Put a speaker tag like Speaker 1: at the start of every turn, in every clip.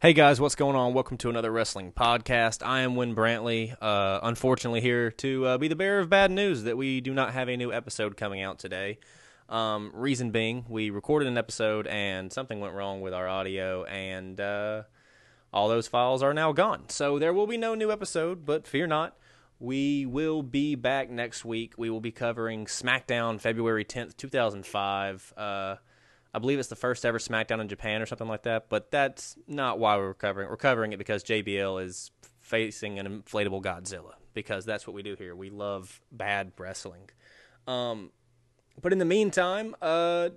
Speaker 1: Hey guys, what's going on? Welcome to another wrestling podcast. I am Win Brantley. Uh, unfortunately, here to uh, be the bearer of bad news that we do not have a new episode coming out today. Um, reason being, we recorded an episode and something went wrong with our audio, and uh, all those files are now gone. So there will be no new episode, but fear not. We will be back next week. We will be covering SmackDown February 10th, 2005. Uh, I believe it's the first ever SmackDown in Japan or something like that, but that's not why we're covering it. We're covering it because JBL is facing an inflatable Godzilla because that's what we do here. We love bad wrestling. Um, but in the meantime, uh,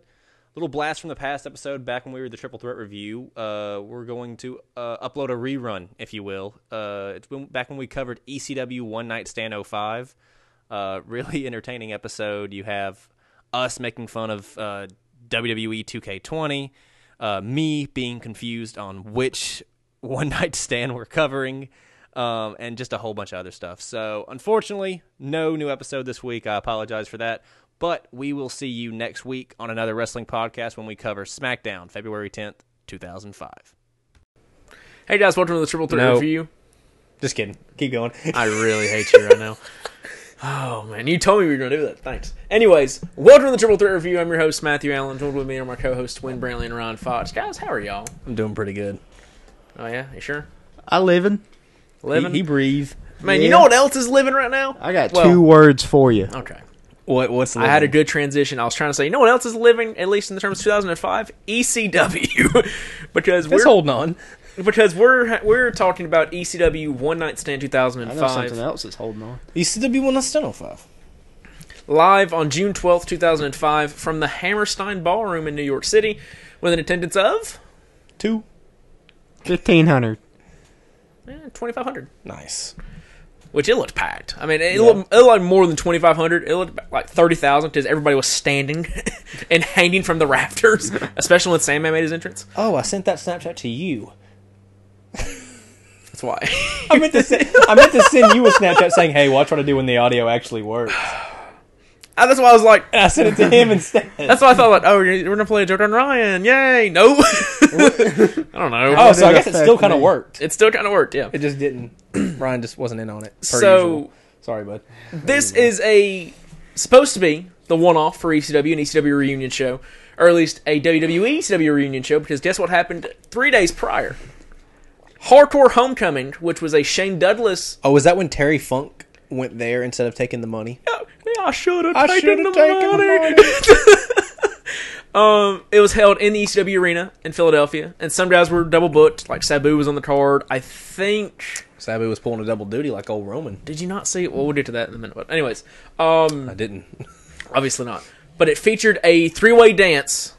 Speaker 1: little blast from the past episode back when we were the Triple Threat review. Uh, we're going to uh, upload a rerun, if you will. Uh, it's been back when we covered ECW One Night Stand 05. Uh, really entertaining episode. You have us making fun of uh, WWE 2K20, uh, me being confused on which One Night Stand we're covering. Um, and just a whole bunch of other stuff. So, unfortunately, no new episode this week. I apologize for that. But we will see you next week on another wrestling podcast when we cover SmackDown, February 10th, 2005.
Speaker 2: Hey guys, welcome to the Triple Threat
Speaker 1: No.
Speaker 2: Review.
Speaker 1: Just kidding. Keep going.
Speaker 2: I really hate you right now. Oh man, you told me we were gonna do that. Thanks. Anyways, welcome to the Triple Threat Review. I'm your host Matthew Allen. Joined with me are my co-hosts Twin Brantley and Ron Fox. Guys, how are y'all?
Speaker 1: I'm doing pretty good.
Speaker 2: Oh yeah, you sure?
Speaker 3: I living.
Speaker 2: Living.
Speaker 1: breathe.
Speaker 2: man,
Speaker 3: yeah.
Speaker 2: you know what else is living right now?
Speaker 3: I got
Speaker 2: Well-
Speaker 3: two words for you.
Speaker 2: Okay.
Speaker 1: What? What's
Speaker 2: I had a good transition. I was trying to say, you know what else is living, at least in the terms of 2005? ECW. E because we're
Speaker 1: holding on.
Speaker 2: because we're we're talking about ECW One Night Stand
Speaker 3: I
Speaker 2: 2005.
Speaker 3: know something else is holding on.
Speaker 1: ECW one not stand on five.
Speaker 2: live on June 12th, 2005, from the Hammerstein Ballroom in New York City, with an attendance of
Speaker 1: Two.
Speaker 3: Fifteen hundred.
Speaker 2: eh, 2,500,
Speaker 1: Nice.
Speaker 2: which it looked packed. I mean, it, looked, it looked like more than 2,500. It looked like 30,000 because everybody was standing and hanging from the rafters, especially when Sandman made his entrance.
Speaker 1: Oh, I sent that Snapchat to you.
Speaker 2: That's why.
Speaker 1: I meant to send. I meant to send you a Snapchat saying, "Hey, watch what I do when the audio actually works."
Speaker 2: Ah, that's why I was like,
Speaker 1: And I sent it to him instead.
Speaker 2: that's why I thought, like, oh, we're going to play Jordan Ryan. Yay. No. I don't know.
Speaker 1: oh, so I
Speaker 3: did
Speaker 1: guess it still
Speaker 3: affect
Speaker 1: kind of
Speaker 3: me.
Speaker 1: worked.
Speaker 2: It still kind of worked, yeah.
Speaker 1: It just didn't. Ryan just wasn't in on it. per
Speaker 2: So-
Speaker 1: usual. sorry, bud.
Speaker 2: This is a supposed to be the one-off for E ECW an ECW reunion show, or at least a E WWE ECW reunion show. Because guess what happened three days prior? Hardcore Homecoming, which was a Shane Douglas.
Speaker 4: Oh, was that when Terry Funk went there instead of taking the money?
Speaker 2: Oh, I should have
Speaker 4: I
Speaker 2: taken the
Speaker 4: shoulda taken the
Speaker 2: money. um, it was held in the ECW arena in Philadelphia, and some guys were double booked. Like Sabu was on the card. I think.
Speaker 4: Sabu was pulling a double duty like old Roman.
Speaker 2: Did you not see? Well, we'll get to that in a minute. But anyways, um,
Speaker 4: I didn't.
Speaker 2: Obviously not. But it featured a three-way dance,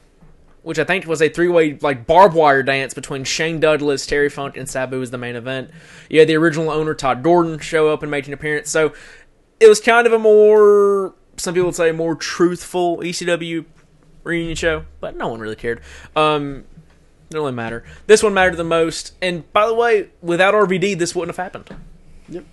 Speaker 2: which I think was a three-way like barbed wire dance between Shane Douglas, Terry Funk, and Sabu as the main event. You had the original owner Todd Gordon show up and make an appearance. So it was kind of a more some people would say more truthful ECW reunion show, but no one really cared. Um it really matter. This one mattered the most. And by the way, without RVD, this wouldn't have happened.
Speaker 3: Yep.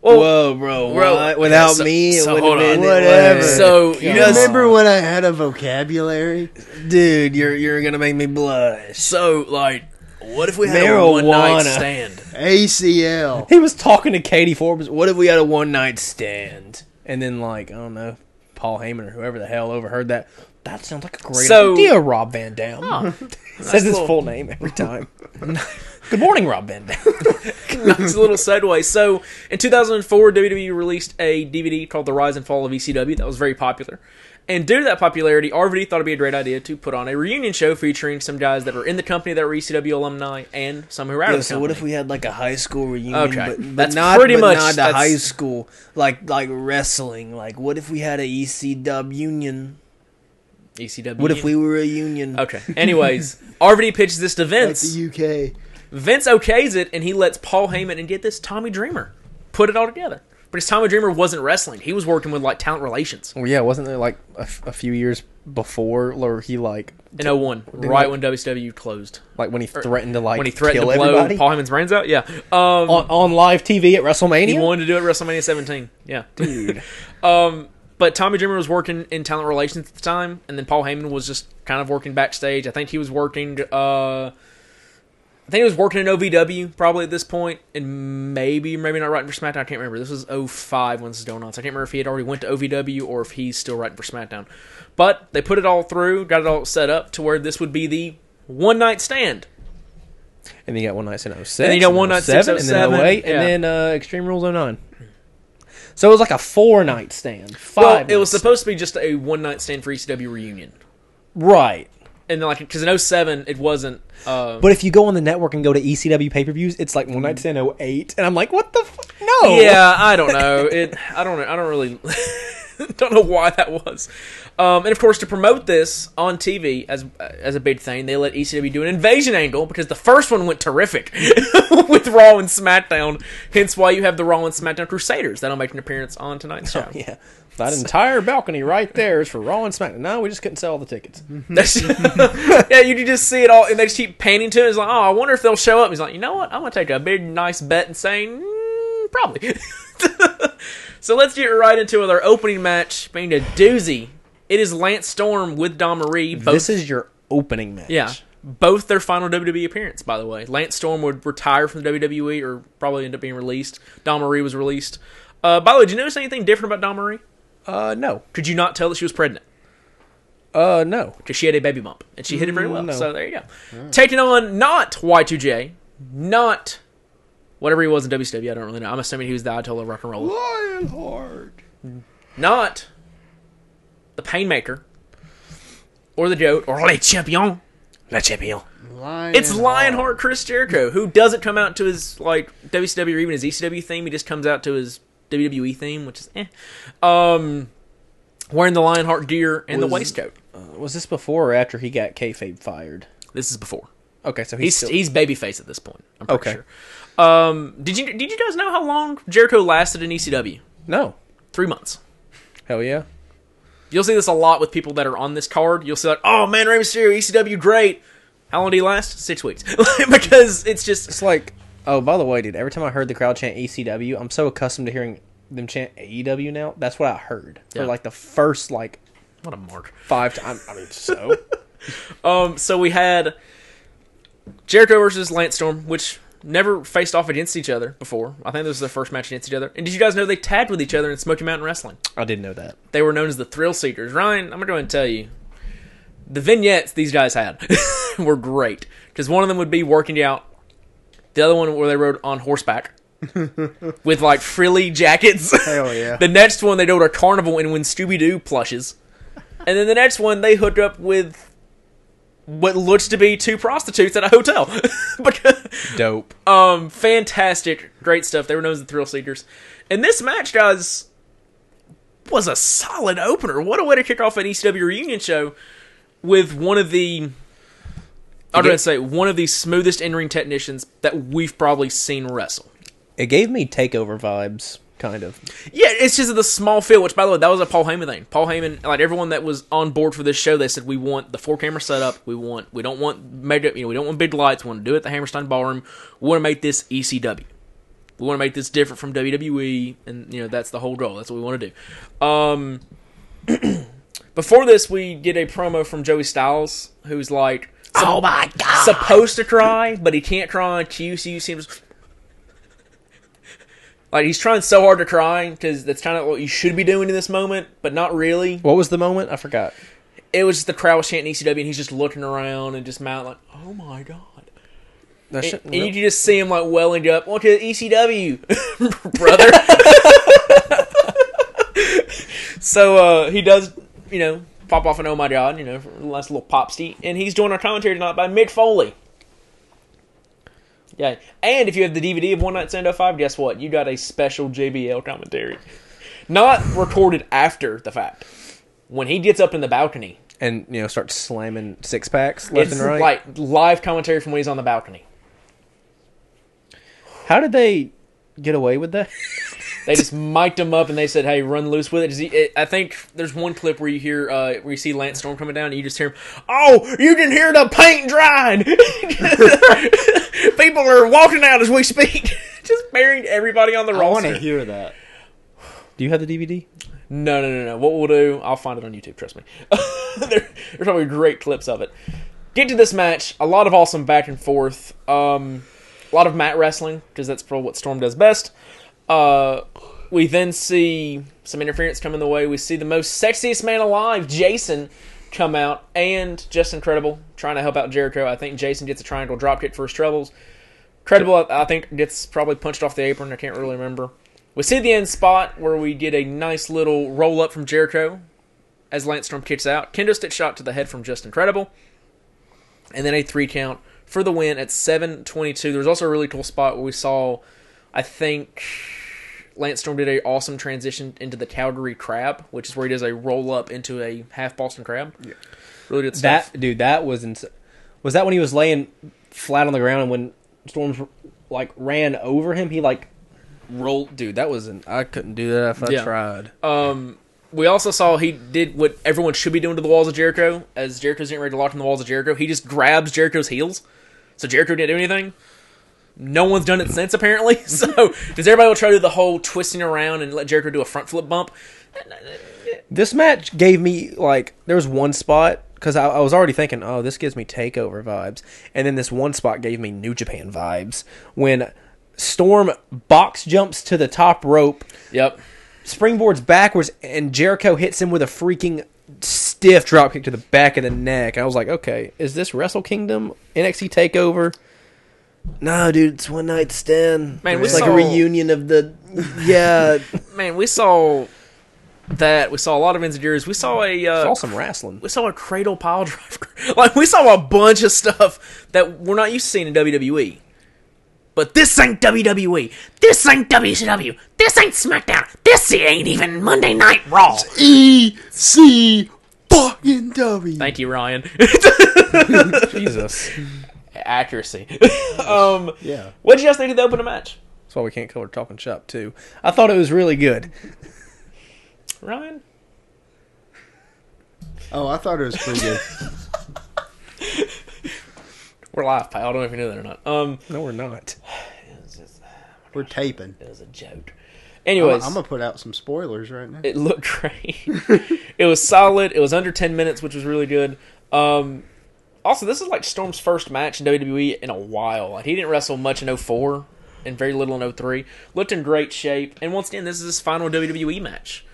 Speaker 2: Well,
Speaker 4: Whoa, bro.
Speaker 2: Bro,
Speaker 4: what? Without
Speaker 2: so-
Speaker 4: me, it
Speaker 2: so
Speaker 4: would
Speaker 2: hold
Speaker 4: have
Speaker 2: on.
Speaker 4: been
Speaker 3: Whatever.
Speaker 2: So, you
Speaker 4: know,
Speaker 3: Remember when I had a vocabulary?
Speaker 4: dude, you're you're gonna make me blush.
Speaker 2: So, like, what if we had a
Speaker 4: Marijuana.
Speaker 2: one night stand?
Speaker 3: ACL.
Speaker 4: He was talking to Katie Forbes. What if we had a one night stand? And then like I don't know, Paul Heyman or whoever the hell overheard that. That sounds like a great
Speaker 2: So-
Speaker 4: idea, Rob Van Dam. Says his
Speaker 2: cool.
Speaker 4: full name every time. Good morning, Rob Van Dam.
Speaker 2: Nice little segue. So, in 2004, WWE E released a DVD called The Rise and Fall of ECW that was very popular. And due to that popularity, RVD thought it'd be a great idea to put on a reunion show featuring some guys that were in the company that were ECW alumni and some who were out
Speaker 4: Yeah,
Speaker 2: of the
Speaker 4: so
Speaker 2: company.
Speaker 4: what if we had like a high school reunion?
Speaker 2: Okay.
Speaker 4: but, but
Speaker 2: That's
Speaker 4: not,
Speaker 2: pretty
Speaker 4: but
Speaker 2: much-
Speaker 4: not a
Speaker 2: that's-
Speaker 4: high school like like wrestling. Like, what if we had a ECW union?
Speaker 2: ECW?
Speaker 4: What if we were a union?
Speaker 2: E Okay. Anyways, RVD pitches this to
Speaker 3: At
Speaker 2: Vince.
Speaker 3: the UK.
Speaker 2: Vince okays it, and he lets Paul Heyman and get this Tommy Dreamer put it all together. Because Tommy Dreamer wasn't wrestling; he was working with like talent relations
Speaker 4: Well, yeah, wasn't there like a, f- a few years before, or he like
Speaker 2: in 01, right
Speaker 4: like-
Speaker 2: when WCW closed.
Speaker 4: like Er, when he threatened to like
Speaker 2: when he threatened
Speaker 4: kill
Speaker 2: to blow
Speaker 4: everybody Oh,
Speaker 2: Paul Heyman's brains out. Yeah, um,
Speaker 4: on, on live TV at WrestleMania?
Speaker 2: he wanted to do it at WrestleMania 17. Yeah,
Speaker 4: Dude.
Speaker 2: but Tommy Dreamer was working in talent relations at the time, and then Paul Heyman was just kind of working backstage. I think he was working. Uh, I think it was working in OVW probably at this point, and maybe maybe not writing for SmackDown. I can't remember. This was 05 when this was going on, so I can't remember if he had already went to OVW or if he's still writing for SmackDown. But they put it all through, got it all set up to where this would be the one night stand.
Speaker 4: And then you got one night stand 06.
Speaker 2: then you got one night stand
Speaker 4: 07, and
Speaker 2: 07,
Speaker 4: then 08,
Speaker 2: yeah.
Speaker 4: and then uh, Extreme Rules 09. So it was like a four night stand,
Speaker 2: Well,
Speaker 4: five.
Speaker 2: it was
Speaker 4: nights.
Speaker 2: supposed to be just a one night stand for ECW reunion,
Speaker 4: right.
Speaker 2: and then like because in 07 it wasn't. Uh,
Speaker 4: But if you go on the network and go to E ECW pay per views, it's like one night stand 08. and I'm like, what the fuck? No,
Speaker 2: Mm. Yeah, I don't know. It. I don't. I don't really. don't know why that was. Um, and of course, to promote this on TV as as a big thing, they let ECW do an invasion angle because the first one went terrific with Raw and SmackDown. Hence, why you have the Raw and SmackDown Crusaders that'll make an appearance on tonight's show.
Speaker 4: yeah. That entire balcony right there is for Raw and SmackDown. No, we just couldn't sell all the tickets.
Speaker 2: That's- yeah, you can just see it all, and they just keep panning to it. It's like, oh, I wonder if they'll show up. He's like, you know what? I'm gonna take a big, nice bet and say mm, probably. so let's get right into our opening match, being a doozy. It is Lance Storm with Don Marie. Both,
Speaker 4: This is your opening match.
Speaker 2: yeah, both their final WWE appearance. By the way, Lance Storm would retire from the WWE or probably end up being released. Don Marie was released. Uh, by the way, did you notice anything different about Don Marie?
Speaker 4: Uh, no.
Speaker 2: Could you not tell that she was pregnant?
Speaker 4: Uh, no.
Speaker 2: because she had a baby bump and she hit it very well.
Speaker 4: Mm, no.
Speaker 2: So there you go. Taking on not Y2J, not whatever he was in WCW. I don't really know. I'm assuming he was the Ayatollah of rock and roll.
Speaker 3: Lionheart.
Speaker 2: Not the Painmaker or the Goat or Le Champion. Le Champion.
Speaker 3: Lion
Speaker 2: It's Lionheart Chris Jericho, who doesn't come out to his like WCW or even his ECW theme. He just comes out to his WWE theme, which is eh. Um, wearing the Lionheart gear and the
Speaker 4: Was- uh,
Speaker 2: waistcoat.
Speaker 4: Was this before or after he got kayfabe fired?
Speaker 2: This is before.
Speaker 4: Okay, so he's,
Speaker 2: He's
Speaker 4: still,
Speaker 2: he's babyface at this point. I'm pretty
Speaker 4: Okay.
Speaker 2: sure. Um, did you did you guys know how long Jericho lasted in ECW?
Speaker 4: no.
Speaker 2: Three months.
Speaker 4: Hell yeah.
Speaker 2: You'll see this a lot with people that are on this card. You'll see like, oh man, Rey Mysterio, ECW, great. How long did he last? Six weeks, because it's just
Speaker 4: It's like, oh, by the way, dude. Every time I heard the crowd chant ECW, I'm so accustomed to hearing them chant AEW now. That's what I heard
Speaker 2: Yeah.
Speaker 4: for like the first like
Speaker 2: what a mark.
Speaker 4: five times. I mean, so
Speaker 2: Um, so we had Jericho versus Lance Storm, which never faced off against each other before. I think this was their first match against each other. And did you guys know they tagged with each other in Smoky Mountain Wrestling?
Speaker 4: I didn't know that.
Speaker 2: they were known as the thrill seekers. Ryan, I'm gonna go ahead and tell you, the vignettes these guys had were great because one of them would be working out, the other one where they rode on horseback with like frilly jackets.
Speaker 3: Hell yeah.
Speaker 2: the next one they rode a carnival and win Scooby Doo plushes, and then the next one they hooked up with. What looks to be two prostitutes at a hotel, because
Speaker 4: Dope.
Speaker 2: um, fantastic, great stuff. They were known as the Thrill Seekers, and this match, guys, was a solid opener. What a way to kick off an ECW reunion show with one of the. I'm going to say one of the smoothest in-ring technicians that we've probably seen wrestle.
Speaker 4: It gave me takeover vibes, kind of.
Speaker 2: Yeah, it's just the small field. Which, by the way, that was a Paul Heyman thing. Paul Heyman, like everyone that was on board for this show, they said we want the four camera setup. We want we don't want mega, you know, we don't want big lights. We want to do it at the Hammerstein Ballroom. We want to make this ECW. We want to make this different from WWE, and you know that's the whole goal. That's what we want to do. Um, before this, we get a promo from Joey Styles, who's like, "Oh my god," supposed to cry, but he can't cry on cue. So you see him just- like he's trying so hard to cry because that's kind of what you should be doing in this moment, but not really.
Speaker 4: What was the moment? I forgot.
Speaker 2: It was just the crowd was chanting ECW, and he's just looking around and just mount like, "Oh my god." And,
Speaker 4: That shit-
Speaker 2: and you can just see him like welling up. What to ECW, brother? so uh, he does, you know, pop off an oh my god, you know, for a nice little popsty, and he's doing our commentary tonight by Mick Foley. Yeah, and if you have the DVD of One Night Stand 05, guess what? You got a special JBL commentary, not recorded after the fact. When he gets up in the balcony,
Speaker 4: and you know, start slamming six packs left
Speaker 2: it's
Speaker 4: and right.
Speaker 2: like live commentary from when he's on the balcony.
Speaker 4: How did they get away with that?
Speaker 2: They just mic'd him up and they said, "Hey, run loose with it." 'Cause he- it- I think there's one clip where you hear uh, where you see Lance Storm coming down, and you just hear him, "Oh, you can hear the paint drying. People are walking out as we speak." just burying everybody on the
Speaker 3: I want to
Speaker 2: roster.
Speaker 3: hear that.
Speaker 4: Do you have the DVD?
Speaker 2: No, no, no, no. What we'll do, I'll find it on YouTube. Trust me. there, there's probably great clips of it. Get to this match. A lot of awesome back and forth. Um, a lot of mat wrestling because that's probably what Storm does best. Uh, we then see some interference coming the way. We see the most sexiest man alive, Jason, come out and just incredible trying to help out Jericho. I think Jason gets a triangle dropkick for his troubles. Credible, I- I think, gets probably punched off the apron. I can't really remember. We see the end spot where we get a nice little roll up from Jericho as Lance Storm kicks out. Kendo stick shot to the head from Just Incredible. And then a three count for the win at 722. There was also a really cool spot where we saw, I think, Lance Storm did a awesome transition into the Calgary Crab, which is where he does a roll up into a half Boston Crab. Yeah. Really good stuff.
Speaker 4: That dude, that was ins- was that when he was laying flat on the ground and when storms like ran over him, he like rolled. Dude, that was an I couldn't do that if I
Speaker 2: Yeah.
Speaker 4: tried.
Speaker 2: Um, we also saw he did what everyone should be doing to the walls of Jericho. As Jericho's getting ready to lock in the walls of Jericho, he just grabs Jericho's heels. So Jericho didn't do anything. No one's done it since, apparently. So, does everybody will try to do the whole twisting around and let Jericho do a front flip bump?
Speaker 4: This match gave me like there was one spot because I, I was already thinking, oh, this gives me takeover vibes, and then this one spot gave me New Japan vibes when Storm box jumps to the top rope,
Speaker 2: Yep.
Speaker 4: springboards backwards, and Jericho hits him with a freaking stiff dropkick to the back of the neck. I was like, okay, is this Wrestle Kingdom NXT Takeover? No, dude, it's one night stand.
Speaker 2: Man, we
Speaker 4: it's like
Speaker 2: saw-
Speaker 4: a reunion of the yeah.
Speaker 2: Man, we saw that. We saw a lot of insecurities. We saw a uh,
Speaker 4: saw some wrestling.
Speaker 2: we saw a cradle pile driver. like we saw a bunch of stuff that we're not used to seeing in WWE. But this ain't WWE. This ain't WCW. This ain't SmackDown. This ain't even Monday Night Raw.
Speaker 3: E C fucking W.
Speaker 2: Thank you, Ryan.
Speaker 4: Jesus,
Speaker 2: Accuracy. um,
Speaker 4: yeah.
Speaker 2: what did you guys think of the opening match,
Speaker 4: That's why we can't call her Talking Shop too. I thought it was really good.
Speaker 2: Ryan?
Speaker 3: Oh, I thought it was pretty good.
Speaker 2: We're live, pal. I don't know if you knew that or not. Um,
Speaker 4: No, we're not.
Speaker 3: We're taping.
Speaker 2: it was a joke.
Speaker 3: I'm, I'm
Speaker 2: Anyways,
Speaker 3: gonna put out some spoilers right now.
Speaker 2: it looked great. it was solid. It was under ten minutes, which was really good. Um, also, this is like Storm's first match in WWE in a while. Like he didn't wrestle much in 04 and very little in 03. Looked in great shape, and once again, this is his final WWE match.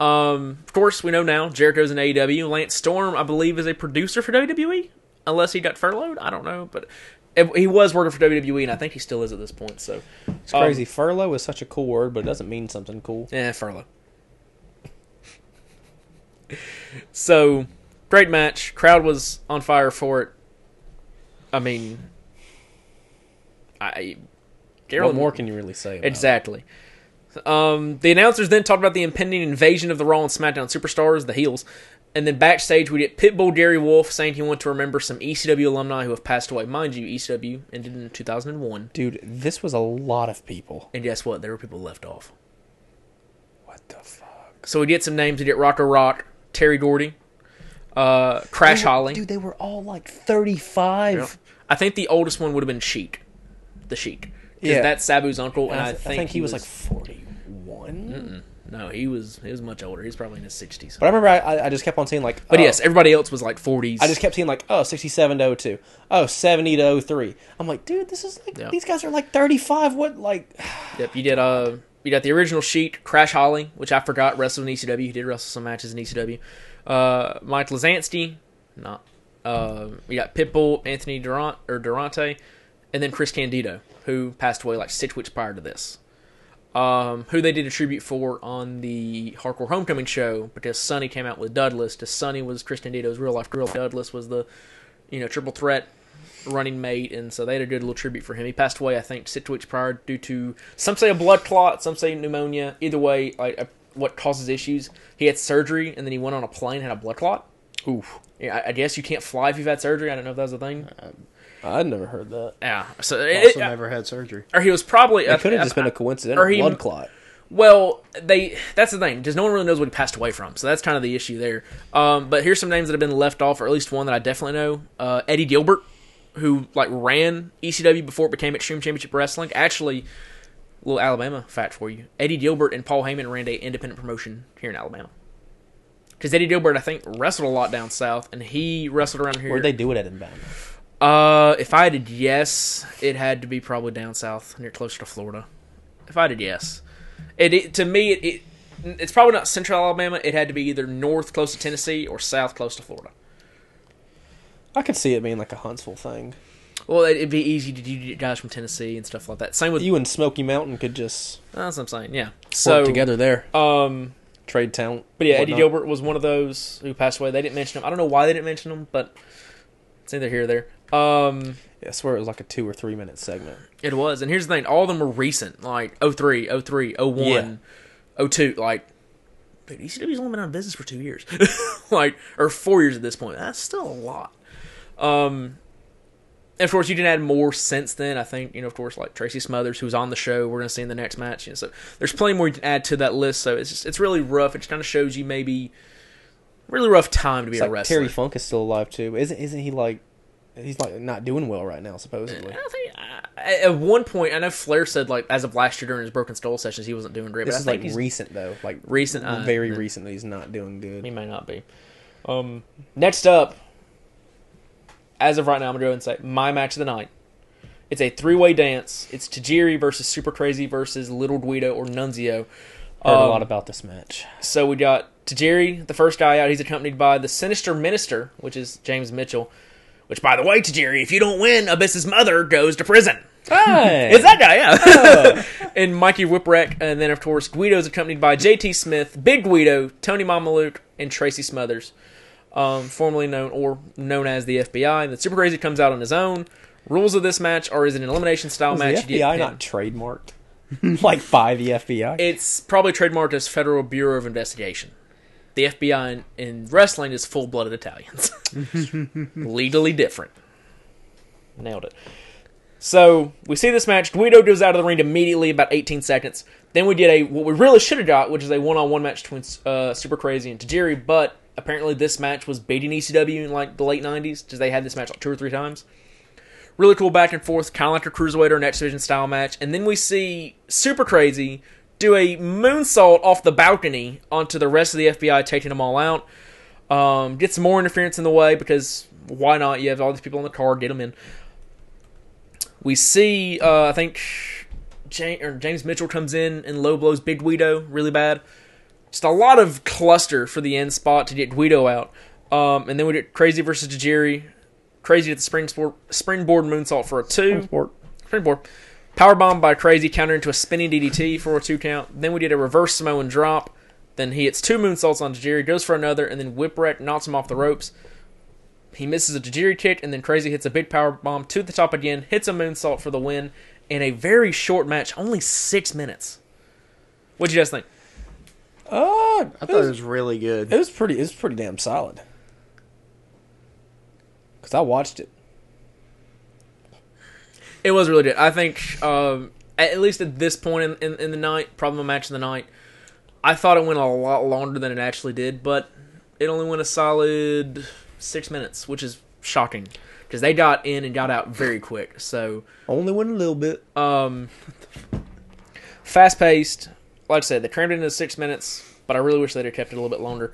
Speaker 2: Um, of course, we know now Jericho's in AEW. Lance Storm, I believe, is a producer for WWE, unless he got furloughed. I don't know, but if- he was working for WWE, and I think he still is at this point. So,
Speaker 4: It's crazy. Um, Furlough is such a cool word, but it doesn't mean something cool.
Speaker 2: yeah, furlough. so, great match. Crowd was on fire for it. I mean, I.
Speaker 4: What more can you really say? About exactly.
Speaker 2: Exactly. Um, the announcers then talked about the impending invasion of the Raw and SmackDown superstars, the heels. And then backstage, we get Pitbull Gary Wolf saying he wanted to remember some ECW alumni who have passed away. Mind you, ECW ended in 2001.
Speaker 4: Dude, this was a lot of people.
Speaker 2: And guess what? There were people left off.
Speaker 4: What the fuck?
Speaker 2: So we get some names. We get Rocco Rock, Terry Gordy, uh, Crash Holly.
Speaker 4: Dude, they were all like 35.
Speaker 2: I think the oldest one would have been Sheik, the Sheik. Yeah,
Speaker 4: Yeah.
Speaker 2: that's Sabu's uncle, and,
Speaker 4: I,
Speaker 2: I,
Speaker 4: th- I think he was, like 41.
Speaker 2: like no, he was he was much older. He was probably in his sixties.
Speaker 4: But
Speaker 2: But,
Speaker 4: I remember I, I- I just kept on seeing like. oh,
Speaker 2: yes, everybody else was like forties.
Speaker 4: I just kept seeing like, oh, 67 to 02. Oh, 70 to 03. I'm like, dude, this is like,
Speaker 2: Yeah.
Speaker 4: these guys are like 35. What, like,
Speaker 2: yep. You did uh you got the original Sheik, Crash Holly, which I forgot wrestled in ECW. He did wrestle some matches in ECW. Uh, Mike Lazansky, not. Uh, you got Pitbull, Anthony Durant or Durante, and then Chris Candido, who passed away like six weeks prior to this. um, who they did a tribute for on the Hardcore Homecoming show because Sonny came out with Douglas. Because Sonny was Chris Candido's real life girl. Douglas was the, you know, triple threat running mate, and so they had a good little tribute for him. He passed away, I think, six weeks prior due to some say a blood clot, some say pneumonia. Either way, like uh, what causes issues. He had surgery, and then he went on a plane and had a blood clot. Oof. Yeah, I, I guess you can't fly if you've had surgery. I don't know if that was a thing.
Speaker 4: Uh, I'd never heard that.
Speaker 2: Yeah. So
Speaker 3: Also,
Speaker 2: it, it,
Speaker 3: never had surgery.
Speaker 2: or he was probably I-
Speaker 4: It could have
Speaker 2: I-
Speaker 4: just been a coincidental
Speaker 2: or he-
Speaker 4: blood clot.
Speaker 2: Well, they that's the thing, because no one really knows what he passed away from, so that's kind of the issue there. Um, but here's some names that have been left off, or at least one that I definitely know: uh, Eddie Gilbert, who like ran ECW before it became Extreme Championship Wrestling. Actually, little Alabama fact for you: Eddie Gilbert and Paul Heyman ran a independent promotion here in Alabama. because Eddie Dilbert I think wrestled a lot down south, and he wrestled around here.
Speaker 4: Where'd they do it at Inbound?
Speaker 2: Uh, if I did yes, it had to be probably down south, near closer to Florida. If I did yes, it, it to me it, it it's probably not central Alabama. It had to be either north close to Tennessee or south close to Florida.
Speaker 4: I could see it being like a Huntsville thing.
Speaker 2: Well, it, it'd be easy to do guys from Tennessee and stuff like that. Same with uh,
Speaker 4: You and Smoky Mountain could just
Speaker 2: That's what I'm saying. Yeah.
Speaker 4: work
Speaker 2: So
Speaker 4: together there,
Speaker 2: um,
Speaker 4: trade talent.
Speaker 2: But yeah, Eddie
Speaker 4: whatnot.
Speaker 2: Gilbert was one of those who passed away. They didn't mention him. I don't know why they didn't mention him, but it's neither here nor there. Um,
Speaker 4: I swear it was like a two or three minute segment.
Speaker 2: it was. And here's the thing all of them were recent, like 03, 03, 01, 02. Like, dude, ECW's only been out of business for two years. like, or four years at this point. That's still a lot. Um, and of course, you can add more since then. I think, you know, of course, like Tracy Smothers, who's on the show, we're going to see in the next match. You know, so there's plenty more you can add to that list. So it's just, it's really rough. It just kind of shows you maybe really rough time to be
Speaker 4: It's
Speaker 2: a
Speaker 4: like
Speaker 2: wrestler.
Speaker 4: Terry Funk is still alive too. Isn't isn't he like he's like not doing well right now supposedly?
Speaker 2: I think I- at one point, I know Flair said like as of last year during his Broken Skull sessions, he wasn't doing great.
Speaker 4: this
Speaker 2: but
Speaker 4: is
Speaker 2: I think
Speaker 4: like
Speaker 2: he's,
Speaker 4: recent though, like
Speaker 2: Recent, uh,
Speaker 4: very
Speaker 2: yeah.
Speaker 4: recent. That he's not doing good.
Speaker 2: he may not be. Um, next up, as of right now, I'm gonna go and say my match of the night. It's a three way dance. It's Tajiri versus Super Crazy versus Little Guido or Nunzio.
Speaker 4: Heard a
Speaker 2: Um,
Speaker 4: lot about this match.
Speaker 2: So we got Tajiri, the first guy out. He's accompanied by the Sinister Minister, which is James Mitchell. Which, by the way, Tajiri, if you don't win, Abyss's mother goes to prison. It's that guy, yeah. and Mikey Whipwreck, and then of course Guido's accompanied by J.T. Smith, Big Guido, Tony Mamaluke, and Tracy Smothers, um, formerly known or known as the FBI. And then Super Crazy comes out on his own. Rules of this match are: is it an elimination style
Speaker 4: Was
Speaker 2: match?
Speaker 4: the
Speaker 2: You get
Speaker 4: FBI
Speaker 2: pinned.
Speaker 4: not trademarked like by the FBI?
Speaker 2: It's probably trademarked as Federal Bureau of Investigation. The FBI in, in wrestling is full blooded Italians. Legally different. Nailed it. So we see this match. Guido goes out of the ring immediately, about 18 seconds. Then we get a what we really should have got, which is a one on one match between uh, Super Crazy and Tajiri. But apparently, this match was beating ECW in like the late 90s because they had this match like two or three times really cool back and forth, kind of like a cruiserweight or an X Division style match. And then we see Super Crazy do a moonsault off the balcony onto the rest of the FBI, taking them all out. Um, get some more interference in the way because why not? You have all these people in the car, get them in. We see, uh, I think James, or James Mitchell comes in and low blows Big Guido really bad. Just a lot of cluster for the end spot to get Guido out. Um, and then we get Crazy versus Tajiri. Crazy at the springboard, springboard moonsault for a two. Springboard. Power bomb by Crazy counter into a spinning DDT for a two count. Then we did a reverse Samoan drop. Then he hits two moonsaults on Tajiri, goes for another, and then Whipwreck knocks him off the ropes. He misses a Tajiri kick, and then Crazy hits a big power bomb to the top again, hits a moonsault for the win, in a very short match, only six minutes. What'd you guys think?
Speaker 4: Uh,
Speaker 3: I
Speaker 4: it,
Speaker 3: thought it
Speaker 4: was,
Speaker 3: was really
Speaker 4: it
Speaker 3: good.
Speaker 4: was pretty. It was pretty damn solid. Cause I watched it.
Speaker 2: It was really good. I think, um, at at least at this point in, in, in the night, probably my match of the night, I thought it went a lot longer than it actually did, but it only went a solid six minutes, which is shocking because they got in and got out very quick. So,
Speaker 4: Only went a little bit.
Speaker 2: um, fast paced. Like I said, they crammed it into six minutes, but I really wish they'd have kept it a little bit longer.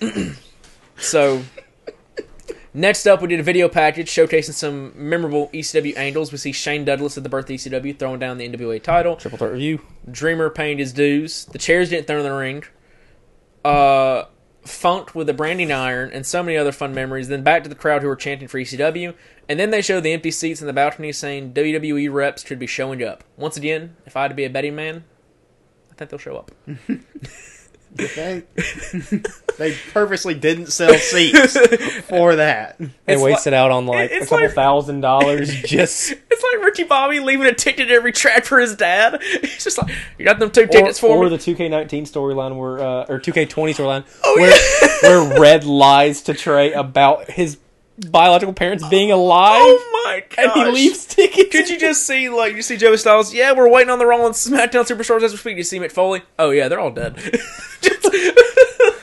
Speaker 2: so, next up, we did a video package showcasing some memorable ECW angles. We see Shane Douglas at the birth of ECW throwing down the NWA title.
Speaker 4: Triple threat review.
Speaker 2: Dreamer paid his dues. The chairs didn't throw in the ring. Uh, Funk with a branding iron and so many other fun memories. Then back to the crowd who were chanting for ECW. And then they show the empty seats in the balcony saying WWE reps should be showing up. Once again, if I had to be a betting man, I think they'll show up.
Speaker 3: They, they purposely didn't sell seats for that.
Speaker 4: They
Speaker 2: It's
Speaker 4: wasted out on like a
Speaker 2: it's
Speaker 4: couple
Speaker 2: like-
Speaker 4: thousand dollars just
Speaker 2: It's like Ricky Bobby leaving a ticket at every track for his dad. It's just like, you got them two
Speaker 4: or,
Speaker 2: tickets for
Speaker 4: or
Speaker 2: me.
Speaker 4: the 2K19 storyline where uh, or 2K20 storyline
Speaker 2: Oh,
Speaker 4: where where Red lies to Trey about his biological parents being alive
Speaker 2: oh my
Speaker 4: and
Speaker 2: god!
Speaker 4: he leaves tickets.
Speaker 2: Could you just see like you see Joey Styles? Yeah, we're waiting on the Raw and SmackDown superstars as we speak. You see Mick Foley? Oh yeah, they're all dead. Just-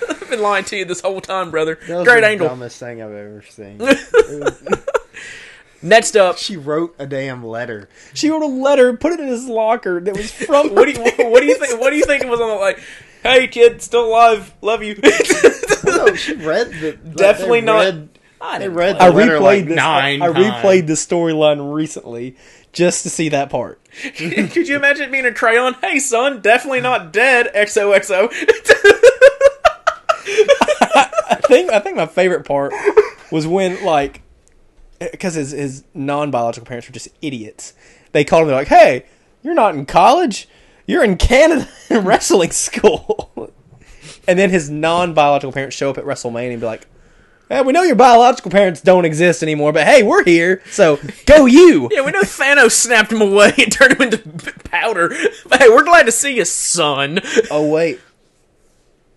Speaker 2: I've been lying to you this whole time, brother.
Speaker 3: That was
Speaker 2: Great
Speaker 3: the
Speaker 2: angle.
Speaker 3: Dumbest thing I've ever seen. It was-
Speaker 2: Next up,
Speaker 3: she wrote a damn letter.
Speaker 4: She wrote a letter, put it in his locker that was from her
Speaker 2: what do you what do you
Speaker 4: parents.
Speaker 2: think? What do you think it was on the like? Hey kid, still alive, love you.
Speaker 3: no, she read the like,
Speaker 2: Definitely
Speaker 3: they
Speaker 2: not-
Speaker 3: Read,
Speaker 2: I
Speaker 3: they
Speaker 2: didn't
Speaker 3: read the
Speaker 4: I
Speaker 3: letter
Speaker 4: replayed
Speaker 3: like
Speaker 4: this.
Speaker 5: nine
Speaker 4: I, I
Speaker 5: times.
Speaker 4: replayed this storyline recently just to see that part.
Speaker 2: Could you imagine it being a crayon? Hey, son, definitely not dead. XOXO.
Speaker 4: I think I think my favorite part was when like because his his non biological parents were just idiots. They called him. They're like, "Hey, you're not in college. You're in Canada in wrestling school." and then his non biological parents show up at WrestleMania and be like. "Eh, we know your biological parents don't exist anymore, but hey, we're here, so go you.
Speaker 2: yeah, we know Thanos snapped him away and turned him into p- powder. But hey, we're glad to see you, son.
Speaker 4: Oh wait,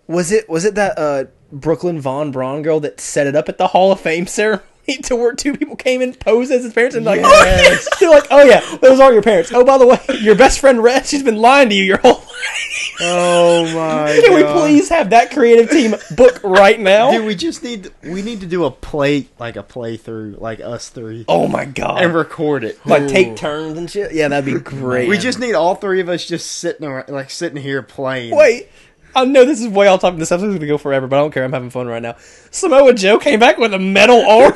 Speaker 4: was it was it that uh, Brooklyn Von Braun girl that set it up at the Hall of Fame ceremony to where two people came and posed as his parents and like,
Speaker 3: Yes.
Speaker 4: they're like, oh yeah, those are your parents. Oh by the way, your best friend Red, she's been lying to you your whole life.
Speaker 3: Oh my
Speaker 4: Can we
Speaker 3: God.
Speaker 4: please have that creative team book right now?
Speaker 3: Dude, we just need we need to do a play like a playthrough, like us three,
Speaker 4: oh my god,
Speaker 3: and record it.
Speaker 4: like take turns and shit. Yeah, that'd be great.
Speaker 3: we just need all three of us just sitting around, like sitting here playing.
Speaker 4: Wait, I know this is way off topic. This episode's gonna go forever, but I don't care. I'm having fun right now. Samoa Joe came back with a metal arm.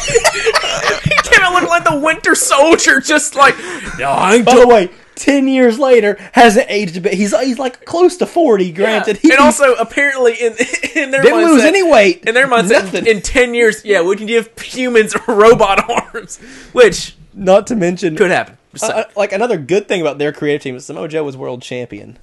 Speaker 2: He came out looking like the Winter Soldier, just like, no, I ain't
Speaker 4: By
Speaker 2: doing
Speaker 4: the way, ten years later hasn't aged a bit. He's he's like close to forty. Granted, he
Speaker 2: and also apparently in in their
Speaker 4: didn't
Speaker 2: mindset,
Speaker 4: lose any weight.
Speaker 2: In their mindset,
Speaker 4: Nothing.
Speaker 2: in, ten years, yeah, we can give humans robot arms, which
Speaker 4: Not to mention,
Speaker 2: could happen Just
Speaker 4: uh,
Speaker 2: saying.
Speaker 4: uh, like another good thing about their creative team is Samoa Joe was world champion.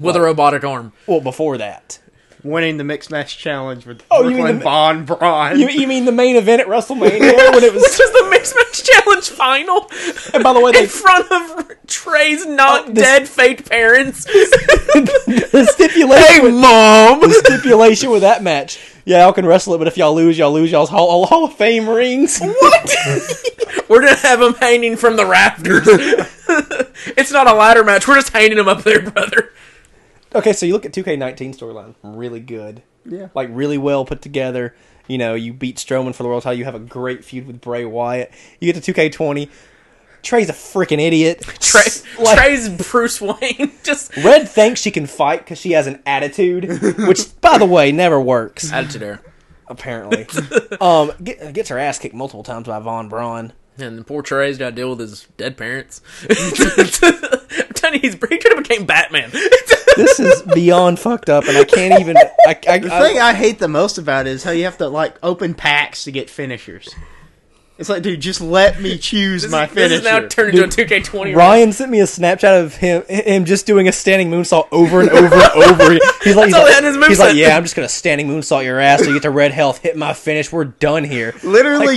Speaker 2: with a robotic arm.
Speaker 4: Well, before that,
Speaker 3: winning the mixed match challenge with
Speaker 4: Oh, you mean
Speaker 3: Brooklyn
Speaker 4: the-
Speaker 3: Von Braun.
Speaker 4: you, you mean the main event at WrestleMania when it
Speaker 2: Which
Speaker 4: was?
Speaker 2: is the Mixed Match Challenge final.
Speaker 4: And by the way, they-
Speaker 2: in front of Trey's not
Speaker 4: Uh, this-
Speaker 2: dead fake parents.
Speaker 4: the stipulation. with-
Speaker 2: mom.
Speaker 4: the stipulation with that match. Yeah, y'all can wrestle it, but if y'all lose, y'all lose y'all's Hall, Hall of Fame rings.
Speaker 2: What? We're gonna have him hanging from the rafters. it's not a ladder match. We're just hanging him up there, brother.
Speaker 4: Okay, so you look at 2K19 storyline, really good.
Speaker 3: Yeah.
Speaker 4: Like really well put together. You know, you beat Strowman for the world title. You have a great feud with Bray Wyatt. You get to 2K20. Trey's a freaking idiot.
Speaker 2: Trey,
Speaker 4: Like-
Speaker 2: Trey's Bruce Wayne. Just
Speaker 4: Red thinks she can fight because she has an attitude, which, by the way, never works
Speaker 2: attitude error.
Speaker 4: apparently. um, get, gets her ass kicked multiple times by Von Braun.
Speaker 2: And then poor Trey's got to deal with his dead parents. I'm telling you, he's, he could have became Batman.
Speaker 4: This is beyond fucked up, and I can't even. I, I,
Speaker 3: the
Speaker 4: I-
Speaker 3: thing I hate the most about it is how you have to like open packs to get finishers. It's like, dude, just let me choose my
Speaker 2: this
Speaker 3: finisher.
Speaker 2: is now turned into a 2K20.
Speaker 4: Ryan sent me a Snapchat of him him just doing a standing moonsault over and over and over. again. He's like, he's,
Speaker 2: all
Speaker 4: like,
Speaker 2: they had in his
Speaker 4: he's like,
Speaker 2: moveset.
Speaker 4: yeah, I'm just gonna standing moonsault your ass so you get to red health, hit my finish, we're done here.
Speaker 3: Literally,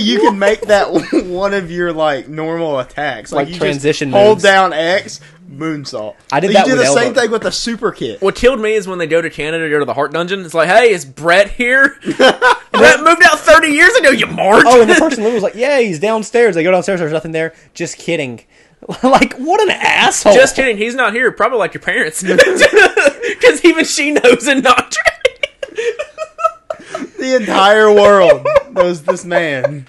Speaker 3: you can make that one of your like normal attacks, like,
Speaker 4: Like
Speaker 3: you just
Speaker 4: transition
Speaker 3: Hold
Speaker 4: moves.
Speaker 3: down X, moonsault.
Speaker 4: I did
Speaker 3: you
Speaker 4: that
Speaker 3: do
Speaker 4: with
Speaker 3: the same
Speaker 4: elbow.
Speaker 3: thing with the super kick.
Speaker 2: What killed me is when they go to Canada, go to the Heart Dungeon. It's like, hey, is Brett here? Brett moved out 30 years ago, you march.
Speaker 4: Oh, and the person was like, yeah, he's downstairs. They go downstairs, there's nothing there. Just kidding. like, what an asshole.
Speaker 2: Just kidding, he's not here. Probably like your parents. Because even she knows and not Trey.
Speaker 3: The entire world knows this man.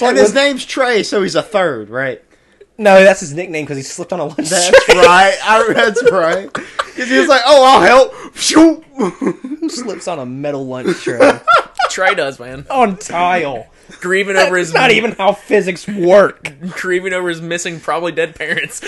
Speaker 3: and his name's Trey, so he's a third, right?
Speaker 4: No, that's his nickname because he slipped on a lunch.
Speaker 3: That's
Speaker 4: That's
Speaker 3: right. I, that's right. 'Cause he was like, "Oh, I'll help." Shoot.
Speaker 4: slips on a metal lunch tray
Speaker 2: Trey does, man.
Speaker 4: on tile.
Speaker 2: Grieving over his
Speaker 4: It's not even how physics work.
Speaker 2: grieving over his missing, probably dead parents.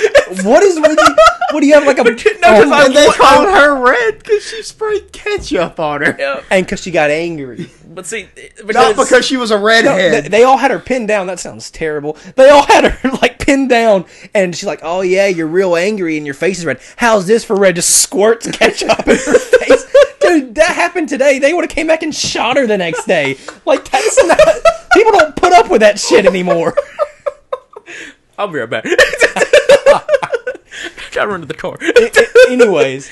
Speaker 4: What is with you? What do you have like a Oh, no?
Speaker 2: 'cause I-
Speaker 3: And they
Speaker 2: What-
Speaker 3: called her red because she sprayed ketchup on her,
Speaker 2: yeah.
Speaker 4: and because she got angry.
Speaker 2: But see,
Speaker 3: not because she was a redhead.
Speaker 4: Th- they all had her pinned down. That sounds terrible. They all had her like pinned down, and she's like, "Oh yeah, you're real angry, and your face is red. How's this for red?" Just squirts ketchup in her face, dude. That happened today. They would have came back and shot her the next day. Like that's not. People don't put up with that shit anymore.
Speaker 2: I'll be right back. Gotta run to the car.
Speaker 4: A- Anyways,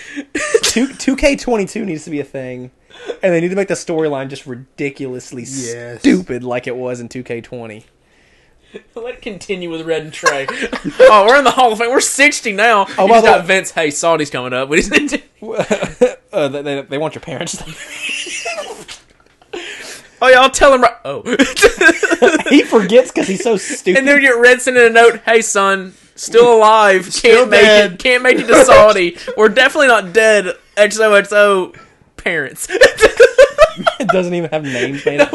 Speaker 4: two K twenty two needs to be a thing, and they need to make the storyline just ridiculously
Speaker 3: Yes.
Speaker 4: stupid, like it was in two K twenty.
Speaker 2: Let it continue with Red and Trey. oh, we're in the Hall of Fame. We're 60 now. Oh,
Speaker 4: by
Speaker 2: by
Speaker 4: the
Speaker 2: got
Speaker 4: way-
Speaker 2: Vince, hey, Saudi's coming up. What is it?
Speaker 4: Uh, they, they, they want your parents.
Speaker 2: Oh, yeah, I'll tell him right. Oh.
Speaker 4: he forgets because he's so stupid.
Speaker 2: and then you get Red sending a note, hey, son, still alive. Can't
Speaker 3: Still
Speaker 2: make it.
Speaker 3: dead.
Speaker 2: Can't make it to Saudi. we're definitely not dead. XOXO parents.
Speaker 4: it doesn't even have names. Man.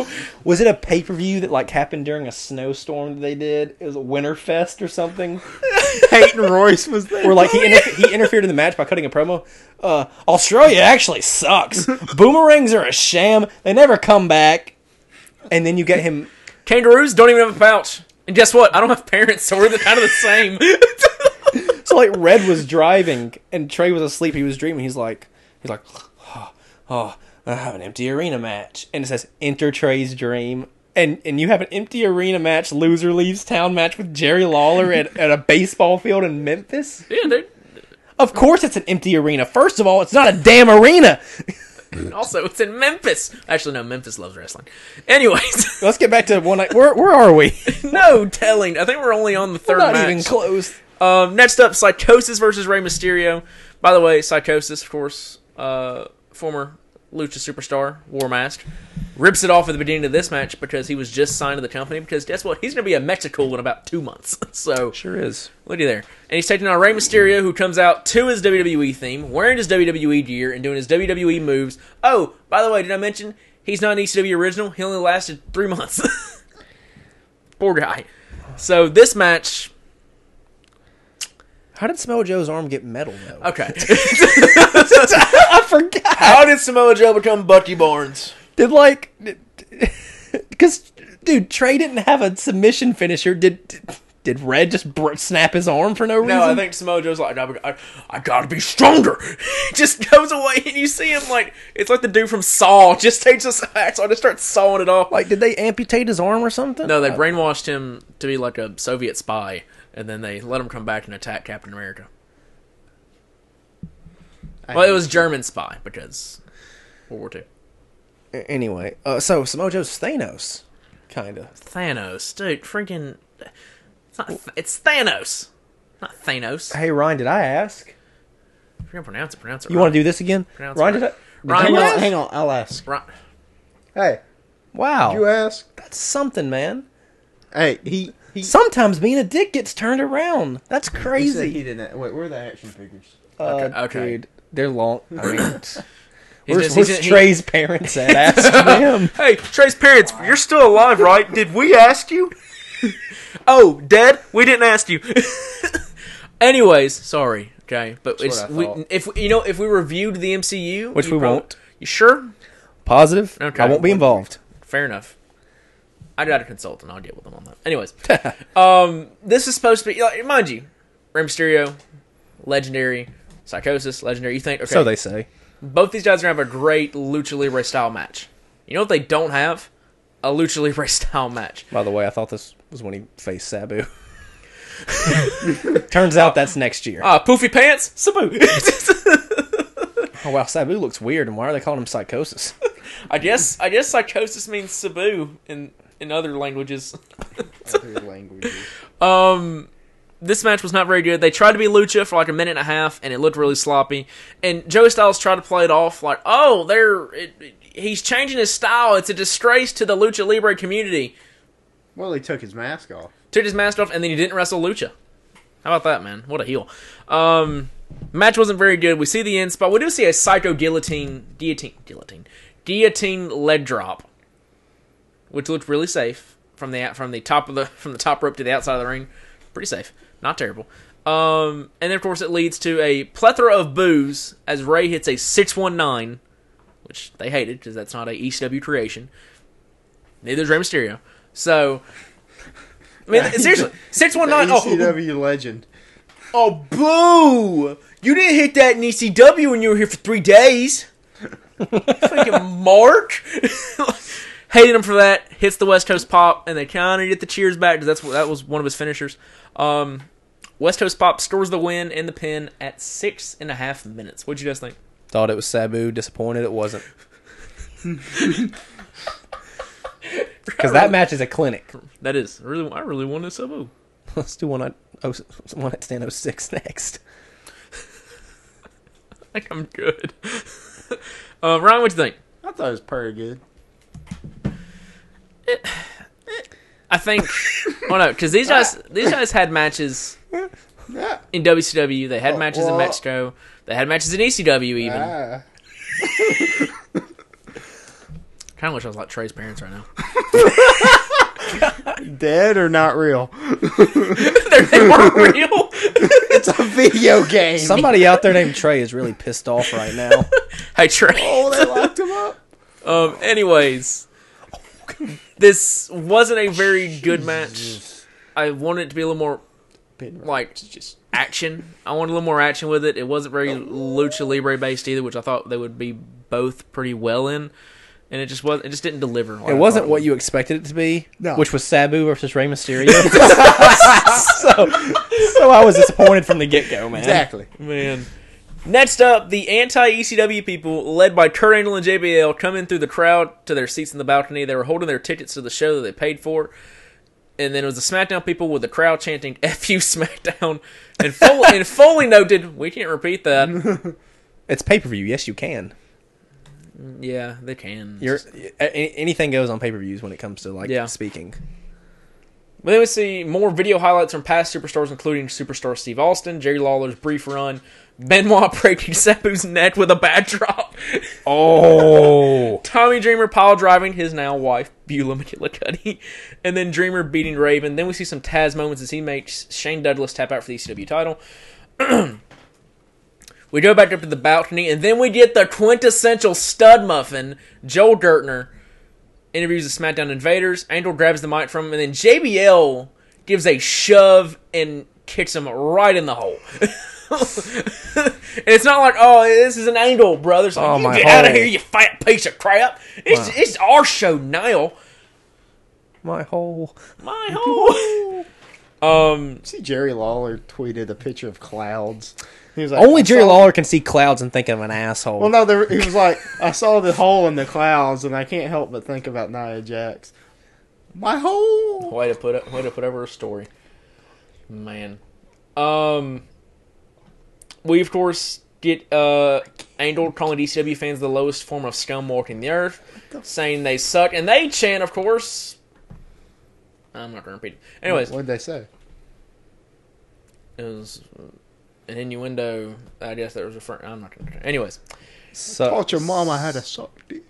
Speaker 4: Was it a pay per view that like happened during a snowstorm that they did? It was a winter fest or something.
Speaker 3: Peyton Royce was there.
Speaker 4: Where like he inter- he interfered in the match by cutting a promo. Uh, Australia actually sucks. Boomerangs are a sham. They never come back. And then you get him.
Speaker 2: Kangaroos don't even have a pouch. And guess what? I don't have parents, so we're the, kind of the same.
Speaker 4: So like Red was driving and Trey was asleep. He was dreaming. He's like he's like, oh, oh I have an empty arena match, and it says enter Trey's dream. And, and you have an empty arena match, loser leaves town match with Jerry Lawler at, at a baseball field in Memphis.
Speaker 2: yeah, they're,
Speaker 4: Of course, it's an empty arena. First of all, it's not a damn arena.
Speaker 2: also it's in Memphis. Actually, no, Memphis loves wrestling. Anyways,
Speaker 4: Let's get back to one night. Where where are we?
Speaker 2: no telling. I think we're only on the 3rd
Speaker 4: Not
Speaker 2: match.
Speaker 4: even close.
Speaker 2: Um, next up, Psychosis versus Rey Mysterio. By the way, Psychosis, of course, uh, former Lucha superstar, War Mask, rips it off at the beginning of this match because he was just signed to the company. Because guess what? He's going to be a Mexico in about two months. so,
Speaker 4: Sure is.
Speaker 2: looky there. And he's taking on Rey Mysterio, who comes out to his WWE theme, wearing his WWE gear and doing his WWE moves. Oh, by the way, did I mention he's not an ECW original? He only lasted three months. Poor guy. So, this match.
Speaker 4: How did Samoa Joe's arm get metal though?
Speaker 2: Okay.
Speaker 4: I forgot.
Speaker 2: How did Samoa Joe become Bucky Barnes?
Speaker 4: Did like, because dude, Trey didn't have a submission finisher. Did did, did Red just br- snap his arm for no reason?
Speaker 2: No, I think Samoa Joe's like, I, I, I gotta be stronger. just goes away, and you see him like it's like the dude from Saw just takes his axe and just starts sawing it off.
Speaker 4: like, did they amputate his arm or something? Uh,
Speaker 2: no, they brainwashed him to be like a Soviet spy, and then they let him come back and attack Captain America. Well, it was German spy because World War Two.
Speaker 4: A- Anyway, uh, so Samoa Joe's Thanos, kind of.
Speaker 2: Thanos, dude, freaking, it's not. It's Thanos, not Thanos.
Speaker 4: Hey Ryan, did I ask?
Speaker 2: If you're gonna pronounce it, pronounce it.
Speaker 4: You want to do this again?
Speaker 2: Pronounce
Speaker 4: Ryan,
Speaker 2: it
Speaker 4: did I?
Speaker 2: right. Ryan,
Speaker 3: hang
Speaker 2: you
Speaker 3: on,
Speaker 2: ask?
Speaker 3: hang on, I'll ask.
Speaker 2: Right.
Speaker 3: Hey,
Speaker 4: Wow,
Speaker 3: you ask.
Speaker 4: that's something, man.
Speaker 3: Hey, he he.
Speaker 4: Sometimes being a dick gets turned around. That's
Speaker 3: he said
Speaker 4: crazy.
Speaker 3: he didn't. Wait, where are the action figures?
Speaker 4: Uh,
Speaker 2: okay.
Speaker 4: dude, they're long. I
Speaker 2: He's
Speaker 4: mean, where's,
Speaker 2: just- he's
Speaker 4: where's
Speaker 2: just- he-
Speaker 4: Trey's parents at? Ask them.
Speaker 2: Hey, Trey's parents, you're still alive, right? Did we ask you? oh, Dad, we didn't ask you. Anyways, sorry. Okay, but
Speaker 3: That's what
Speaker 2: it's
Speaker 3: I
Speaker 2: we,
Speaker 3: thought.
Speaker 2: if you know if we reviewed the MCU,
Speaker 4: Which
Speaker 2: you
Speaker 4: we
Speaker 2: prob-
Speaker 4: won't.
Speaker 2: You sure?
Speaker 4: Positive.
Speaker 2: Okay.
Speaker 4: I won't be involved.
Speaker 2: Fair enough. I got a consultant. I'll deal with them on that. Anyways, um, this is supposed to be like, mind you, Rey Mysterio, legendary, psychosis, legendary. You think okay?
Speaker 4: So they say.
Speaker 2: both these guys are gonna have a great lucha libre style match. You know what they don't have? A lucha libre style match.
Speaker 4: By the way, I thought this was when he faced Sabu. Turns out that's next year.
Speaker 2: Ah, poofy pants, Sabu.
Speaker 4: Oh wow, Sabu looks weird, and why are they calling him psychosis?
Speaker 2: I guess I guess psychosis means Sabu in in other languages.
Speaker 3: Other languages.
Speaker 2: Um, this match was not very good. They tried to be lucha for like a minute and a half, and it looked really sloppy. And Joey Styles tried to play it off like, "Oh, they're it, it- he's changing his style. It's a disgrace to the lucha libre community."
Speaker 3: Well, he took his mask off.
Speaker 2: took his mask off, and then he didn't wrestle Lucha. How about that, man? What a heel. Um, match wasn't very good. We see the end spot. We do see a psycho guillotine, guillotine, guillotine, guillotine leg drop, which looked really safe from the from the top of the from the top rope to the outside of the ring. Pretty safe, not terrible. Um, and then of course it leads to a plethora of boos as Ray hits a six one nine, which they hated because that's not a ECW creation. Neither is Rey Mysterio. So, I mean, seriously, six one nine.
Speaker 3: E
Speaker 2: Oh,
Speaker 3: ECW legend.
Speaker 2: Oh, boo! You didn't hit that in ECW when you were here for three days. Freaking Mark. Hated him for that. Hits the West Coast Pop, and they kind of get the cheers back because that's what- that was one of his finishers. Um, West Coast Pop scores the win and the pin at six and a half minutes. What'd you guys think?
Speaker 4: Thought it was Sabu. Disappointed it wasn't. Because that match is a clinic.
Speaker 2: That is I really. I really wanted Sabu.
Speaker 4: Let's do one at oh, one at stand 06 next.
Speaker 2: I think I'm good. uh, Ryan, what'd you think?
Speaker 3: I thought it was pretty good.
Speaker 2: I think. oh no, because these guys these guys had matches.
Speaker 3: Yeah.
Speaker 2: in WCW. They had matches
Speaker 3: well-
Speaker 2: in E Mexico. They had matches in ECW even.
Speaker 3: Ah.
Speaker 2: Kind of wish I was like Trey's parents right now.
Speaker 3: Dead or not real?
Speaker 2: they, they weren't real.
Speaker 3: It's a video game.
Speaker 4: Somebody out there named Trey is really pissed off right now.
Speaker 2: hey Trey.
Speaker 3: oh, they locked him up.
Speaker 2: Um. Anyways, this wasn't a very good match. I wanted it to be a little more like just action. I wanted a little more action with it. It wasn't very lucha libre based either, which I thought they would be both pretty well in, and it just was. It just didn't deliver. like I
Speaker 4: It wasn't
Speaker 2: thought
Speaker 4: what you expected it to be,
Speaker 3: No.
Speaker 4: which was Sabu versus Rey Mysterio. so, so I was disappointed from the get go, man.
Speaker 3: Exactly.
Speaker 2: would. man. Next up, the anti ECW people, led by Kurt Angle and JBL, come in through the crowd to their seats in the balcony. They were holding their tickets to the show that they paid for. And then it was the SmackDown people with the crowd chanting "F you SmackDown," and Foley, and Foley noted, "We can't repeat that."
Speaker 4: It's pay per view. Yes, you can.
Speaker 2: Yeah, they can. It's
Speaker 4: You're,
Speaker 2: just-
Speaker 4: a- a- anything goes on pay per views when it comes to like
Speaker 2: Yeah.
Speaker 4: speaking.
Speaker 2: But then we see more video highlights from past superstars, including superstar Steve Austin, Jerry Lawler's brief run, Benoit breaking Sabu's neck with a bad drop,
Speaker 4: Oh,
Speaker 2: Tommy Dreamer pile driving his now wife, Beulah McGillicuddy, and then Dreamer beating Raven. Then we see some Taz moments as he makes Shane Douglas tap out for the ECW title. we go back up to the balcony, and then we get the quintessential stud muffin, Joel Gertner, interviews the SmackDown Invaders. Angel grabs the mic from him, and then JBL gives a shove and kicks him right in the hole. and it's not like, oh, this is an angle, brother. It's like,
Speaker 4: Oh,
Speaker 2: you
Speaker 4: my
Speaker 2: get out of
Speaker 4: hole.
Speaker 2: here, you fat piece of crap. It's, it's our show now.
Speaker 4: my whole
Speaker 2: My hole. um,
Speaker 3: See, Jerry Lawler tweeted a picture of clouds. He was like,
Speaker 4: only
Speaker 3: "I
Speaker 4: Jerry
Speaker 3: saw-"
Speaker 4: Lawler can see clouds and think of an asshole.
Speaker 3: Well, no, there, he was like, I saw the hole in the clouds, and I can't help but think about Nia Jax. My hole.
Speaker 2: way to put it, way to put over a story, man. Um, we of course get uh Angle calling DCW fans the lowest form of scum walking the earth, saying they suck, and they chant, of course. I'm not gonna repeat it. Anyways,
Speaker 3: What'd they say?
Speaker 2: it was an innuendo. I guess that was referring. I'm not gonna. Anyways,
Speaker 4: So-
Speaker 3: Thought your mama had a suck dick.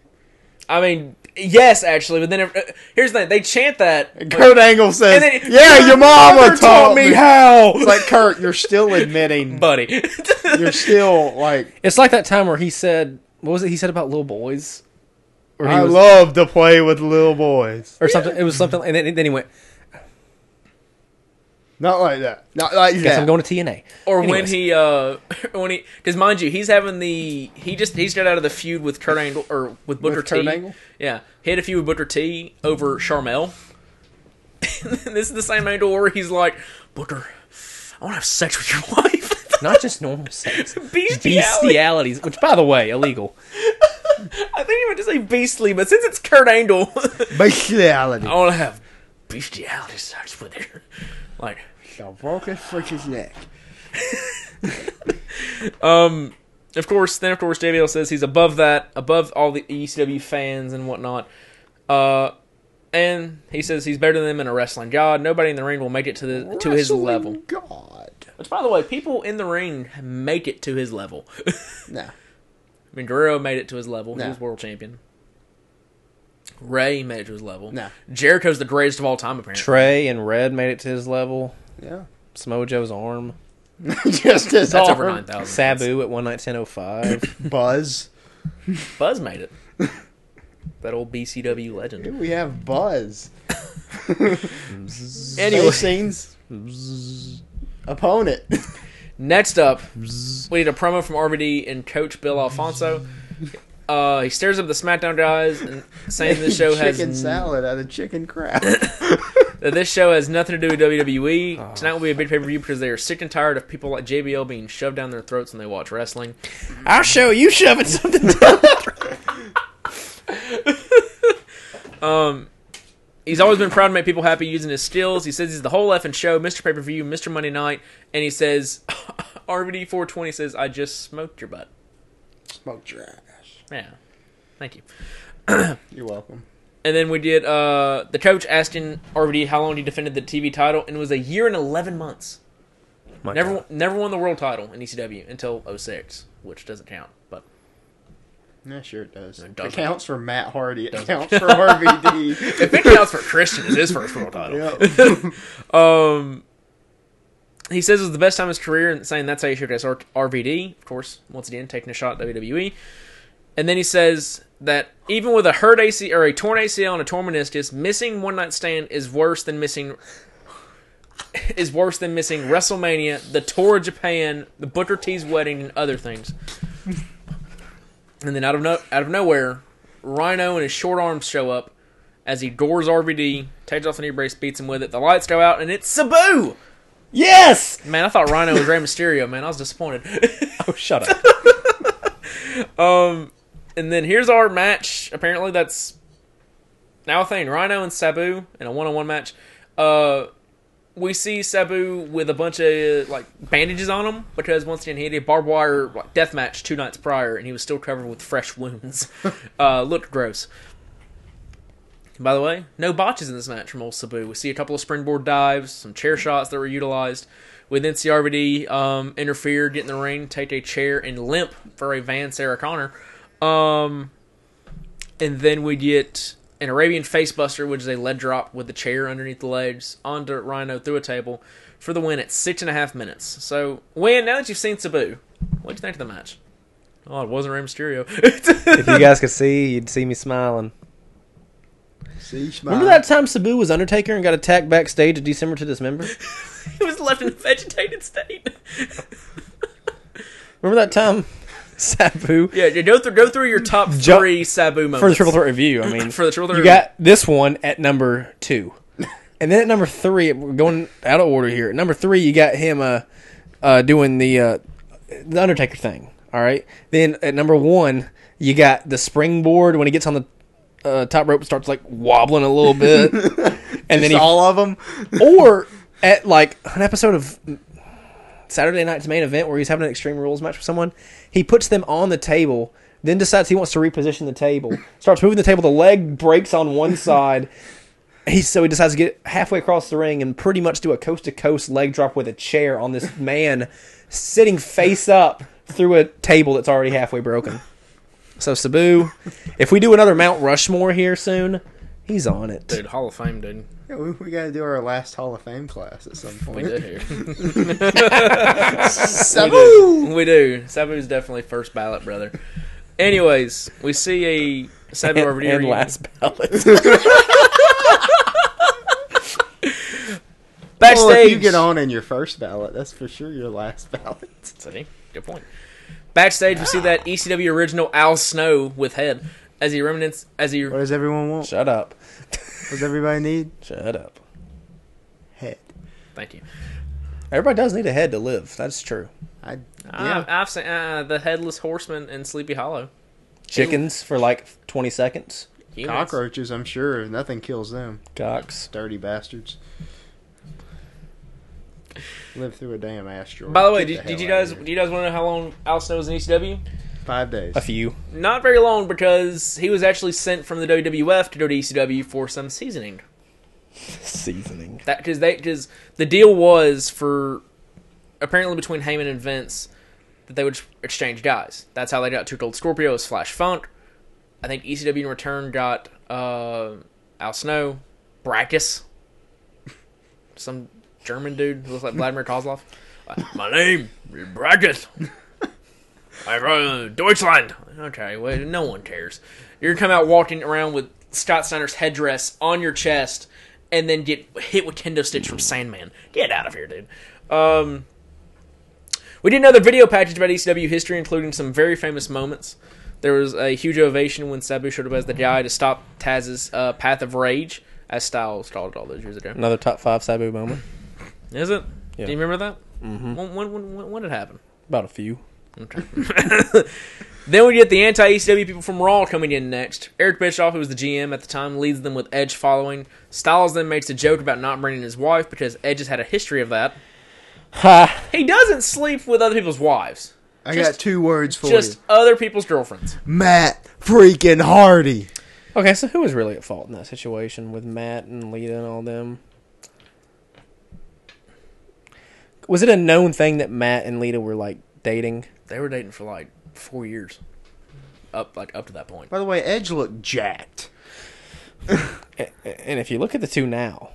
Speaker 2: I mean, yes, actually, but then if, uh, here's the thing: they chant that. but-
Speaker 3: Kurt Angle says,
Speaker 2: And then-
Speaker 3: "Yeah, your mama
Speaker 4: Never
Speaker 3: taught,
Speaker 4: taught me how.
Speaker 3: It's like Kurt, you're still admitting, but
Speaker 2: buddy.
Speaker 3: you're still like,
Speaker 4: It's like that time where he said, "What was it he said about little boys?" Or
Speaker 3: I
Speaker 4: was,
Speaker 3: love to play with little boys.
Speaker 4: or something. It was something, and then, then he went,
Speaker 3: Not like that. Not like
Speaker 4: "Guess
Speaker 3: that.
Speaker 4: I'm going to TNA."
Speaker 2: or when
Speaker 4: Anyways.
Speaker 2: he uh when he because mind you he's having the he just he's got out of the feud with Kurt Angle or with Booker T
Speaker 3: Kurt Angle?
Speaker 2: yeah he had a feud with Booker T over Charmel this is the same angle where he's like Booker I want to have sex with your wife
Speaker 4: Not just normal sex,
Speaker 2: bestiality.
Speaker 4: bestialities, which by the way, illegal.
Speaker 2: I think he meant to say beastly but since it's Kurt Angle
Speaker 3: Bestiality.
Speaker 2: I want to have bestiality sex with her like
Speaker 3: I broke his freaking neck.
Speaker 2: of course, then of course JBL says he's above that, above all the ECW fans and whatnot. Uh, and he says he's better than them in a wrestling god. Nobody in the ring will make it to the to his
Speaker 3: Wrestling
Speaker 2: level.
Speaker 3: God.
Speaker 2: Which, by the way, people in the ring make it to his level. I
Speaker 3: Nah.
Speaker 2: mean, Guerrero made it to his level.
Speaker 3: No.
Speaker 2: He was world champion. Ray made it to his level.
Speaker 3: No.
Speaker 2: Jericho's the greatest of all time, apparently.
Speaker 4: Trey and Red made it to his level.
Speaker 3: Yeah.
Speaker 4: Samoa Joe's arm.
Speaker 3: Just his
Speaker 2: That's
Speaker 3: arm.
Speaker 2: over nine
Speaker 4: Oh,
Speaker 2: thousand.
Speaker 4: Sabu at one night ten oh five.
Speaker 3: Buzz.
Speaker 2: Buzz made it. that old BCW legend.
Speaker 3: We have Buzz.
Speaker 2: Anyway.
Speaker 3: scenes. Opponent.
Speaker 2: Next up, we need a promo from RVD and Coach Bill Alfonso. Uh, he stares up the SmackDown guys and saying this show has
Speaker 3: chicken salad out of chicken crap.
Speaker 2: that this show has nothing to do with WWE. Tonight will be a big pay per view because they are sick and tired of people like JBL being shoved down their throats when they watch wrestling.
Speaker 4: Our show, you shoving something down.
Speaker 2: He's always been proud to make people happy using his skills. He says he's the whole effing show, Mr. Pay Per View, Mr. Monday Night, and he says RVD 420 says I just smoked your butt.
Speaker 3: Smoke trash.
Speaker 2: Yeah, thank you.
Speaker 3: You're welcome.
Speaker 2: And then we did uh, the coach asked in RVD how long he defended the TV title, and it was a year and eleven months.
Speaker 4: My
Speaker 2: Never,
Speaker 4: God.
Speaker 2: E oh never won the world title in ECW until 06, which doesn't count. But
Speaker 3: Yeah, sure it does. It,
Speaker 2: doesn't.
Speaker 3: counts for Matt Hardy. It counts for RVD.
Speaker 2: If it counts for Christian, it's his first world title.
Speaker 3: Yep.
Speaker 2: Um, he says it was the best time of his career, and saying that's how he should as R- RVD. Of course, once again taking a shot at WWE. And then he says that even with a hurt AC or a torn ACL and a torn meniscus, missing one night stand is worse than missing is worse than missing WrestleMania, the tour of Japan, the Booker T's wedding, and other things. and then out of no, out of nowhere, Rhino and his short arms show up as he doors RVD, takes off an knee brace, beats him with it. The lights go out, and it's Sabu.
Speaker 4: Yes.
Speaker 2: Man, I thought Rhino was Rey Mysterio. Man, I was disappointed.
Speaker 4: Oh, shut up.
Speaker 2: and then here's our match. Apparently, that's now a thing. Rhino and Sabu in a one-on-one match. Uh, we see Sabu with a bunch of like bandages on him because once again he had a barbed wire like, death match two nights prior, and he was still covered with fresh wounds. uh, looked gross. By the way, no botches in this match from old Sabu. We see a couple of springboard dives, some chair
Speaker 4: Mm-hmm.
Speaker 2: shots that were utilized. With NCRVD um, interfere, get in the ring, take a chair, and limp for a Van Sarah Connor. Um, and then we get an Arabian facebuster, which is a lead drop with the chair underneath the legs onto Rhino through a table for the win at six and a half minutes. So, Wynn, now that you've seen Sabu, what do you think of the match? Oh, it wasn't Rey Mysterio.
Speaker 4: if you guys could see, you'd see me smiling.
Speaker 3: See, smile.
Speaker 4: Remember that time Sabu was Undertaker and got attacked backstage at December to Dismember?
Speaker 2: he was left in a vegetated state.
Speaker 4: Remember that time Sabu
Speaker 2: yeah, you go through go through your top
Speaker 4: Jump-
Speaker 2: three Sabu moments
Speaker 4: for the triple threat review? I mean,
Speaker 2: For the triple threat review.
Speaker 4: you got this one at number two, and then at number three, we're going out of order here. At number three, you got him uh, uh, doing the uh, the Undertaker thing. All right. Then at number one, you got the springboard when he gets on the uh, top rope, starts like wobbling a little bit, and then
Speaker 3: Just
Speaker 4: he
Speaker 3: all of them.
Speaker 4: or at like an episode of Saturday night's main event where he's having an Extreme Rules match with someone, he puts them on the table, then decides he wants to reposition the table, starts moving the table, the leg breaks on one side. He, so he decides to get halfway across the ring and pretty much do a coast to coast leg drop with a chair on this man sitting face up through a table that's already halfway broken. So Sabu, if we do another Mount Rushmore here soon, he's on it.
Speaker 2: dude Hall of Fame, dude.
Speaker 3: Yeah, we, we got to do our last Hall of Fame class at some
Speaker 2: We
Speaker 3: point.
Speaker 2: do here.
Speaker 3: Sabu!
Speaker 2: we do. Sabu's definitely first ballot, brother. Anyways, we see a Sabu
Speaker 4: and,
Speaker 2: over
Speaker 4: and last ballot.
Speaker 2: backstage.
Speaker 3: Well, if you get on in your first ballot, that's for sure your last ballot.
Speaker 2: See? Good point. Ah. Backstage, we see that ECW original Al Snow with head as he remnants as he
Speaker 3: What does everyone want?
Speaker 4: Shut up.
Speaker 3: What does everybody need?
Speaker 4: Shut up.
Speaker 3: Head.
Speaker 2: thank you.
Speaker 4: Everybody does need a head to live. That's true.
Speaker 3: I,
Speaker 2: Ah,
Speaker 3: yeah.
Speaker 2: I've seen uh, the headless horseman in Sleepy Hollow.
Speaker 4: Chickens for like 20 seconds.
Speaker 2: Humans.
Speaker 3: Cockroaches, I'm sure. Nothing kills them.
Speaker 4: Cocks.
Speaker 3: Dirty bastards. Live through a damn asteroid.
Speaker 2: By the way,
Speaker 3: Get
Speaker 2: did, did
Speaker 3: hell
Speaker 2: you
Speaker 3: out
Speaker 2: guys
Speaker 3: of
Speaker 2: do
Speaker 3: here.
Speaker 2: you guys want to know how long Al Snow was in E ECW?
Speaker 3: Five days.
Speaker 4: A few.
Speaker 2: Not very long because he was actually sent from the WWF to go to ECW for some seasoning.
Speaker 4: Seasoning.
Speaker 2: That because they because the deal was for apparently between Heyman and Vince that they would exchange guys. That's how they got two Gold Scorpio was Flash Funk. I think ECW in return got uh, Al Snow, Brackus, some German dude who looks like Vladimir Kozlov. Like, My name is Brackus. I'm from Deutschland. Okay, well, no one cares. You're gonna come out walking around with Scott Steiner's headdress on your chest, and then get hit with kendo sticks from Sandman. Get out of here, dude. Um, we did another video package about ECW history, including some very famous moments. There was a huge ovation when Sabu showed up as the guy to stop Taz's uh, Path of Rage, as Styles called it all those years ago.
Speaker 4: Another top five Sabu moment.
Speaker 2: Is it?
Speaker 4: Yeah.
Speaker 2: Do you remember that? Mm-hmm. When, when, when, when did it happen?
Speaker 4: About a few.
Speaker 2: Then we get the anti ECW people from Raw coming in next. Eric Bischoff, who was the GM at the time, leads them with Edge following. Styles then makes a joke about not bringing his wife because Edge has had a history of that.
Speaker 4: Ha!
Speaker 2: He doesn't sleep with other people's wives,
Speaker 3: I got
Speaker 2: just-
Speaker 3: two words for
Speaker 2: just
Speaker 3: you.
Speaker 2: other people's girlfriends.
Speaker 3: Matt freaking Hardy.
Speaker 4: Okay, so who was really at fault in that situation with Matt and Lita and all them? Was it a known thing that Matt and Lita were like dating?
Speaker 2: They were dating for like four years. Uh, up like up to that point.
Speaker 3: By the way, Edge looked jacked.
Speaker 4: And if you look at the two now,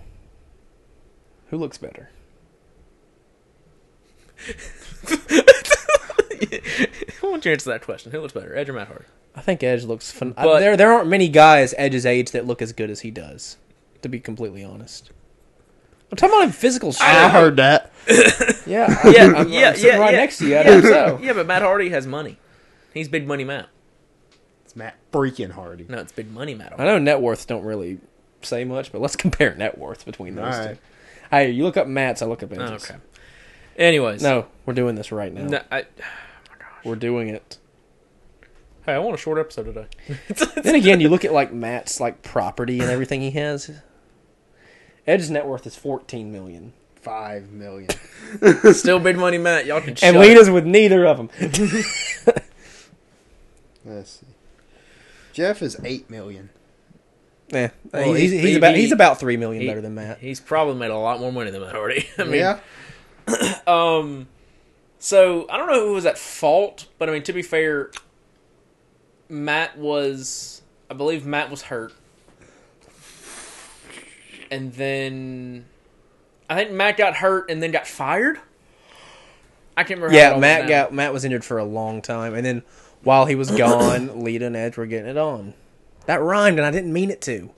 Speaker 4: who looks better?
Speaker 2: Who wants to answer that question? Who looks better, Edge or Matt Hardy?
Speaker 4: I think Edge looks. Fun- I-
Speaker 2: But-
Speaker 4: there, there aren't many guys Edge's age that look as good as he does. To be completely honest, I'm talking about in physical
Speaker 3: I
Speaker 4: shape.
Speaker 3: heard that.
Speaker 4: Yeah,
Speaker 2: Yeah,
Speaker 4: I'm,
Speaker 2: yeah,
Speaker 4: I'm sitting
Speaker 2: yeah,
Speaker 4: right
Speaker 2: yeah.
Speaker 4: next to you. I think so.
Speaker 2: Yeah, but Matt Hardy has money. He's big money Matt.
Speaker 3: It's Matt freaking Hardy.
Speaker 2: No, it's big money Matt.
Speaker 4: I
Speaker 2: Hardy.
Speaker 4: know net worths don't really say much, but let's compare net worth between those
Speaker 3: All right.
Speaker 4: two. Hey, you look up Matt's, I look up
Speaker 2: Oh,
Speaker 4: Edge's.
Speaker 2: okay. Anyways,
Speaker 4: No, we're doing this right now.
Speaker 2: No, I,
Speaker 4: We're doing it.
Speaker 2: hey, I want a short episode today.
Speaker 4: then again, you look at like Matt's like property and everything he has. Edge's net worth is 14 million.
Speaker 3: Five million.
Speaker 2: Still big money Matt. Y'all can and shut.
Speaker 4: And Lena's with neither of them.
Speaker 3: Let's see. Jeff is eight million.
Speaker 4: Yeah,
Speaker 2: Well,
Speaker 4: he's,
Speaker 2: he-
Speaker 4: he's
Speaker 2: he-
Speaker 4: about
Speaker 2: he-
Speaker 4: he's about three million
Speaker 2: he-
Speaker 4: better than Matt.
Speaker 2: He's probably made a lot more money than Matt Hardy. I mean,
Speaker 3: yeah.
Speaker 2: Um, so I don't know who was at fault, but I mean to be fair, Matt was. I believe Matt was hurt, and then I think Matt got hurt and then got fired. I can't remember. how it
Speaker 4: Yeah,
Speaker 2: all
Speaker 4: Matt
Speaker 2: went down.
Speaker 4: got Matt was injured for a long time, and then while he was gone, Lita and Edge were getting it on. That rhymed, and I didn't mean it to.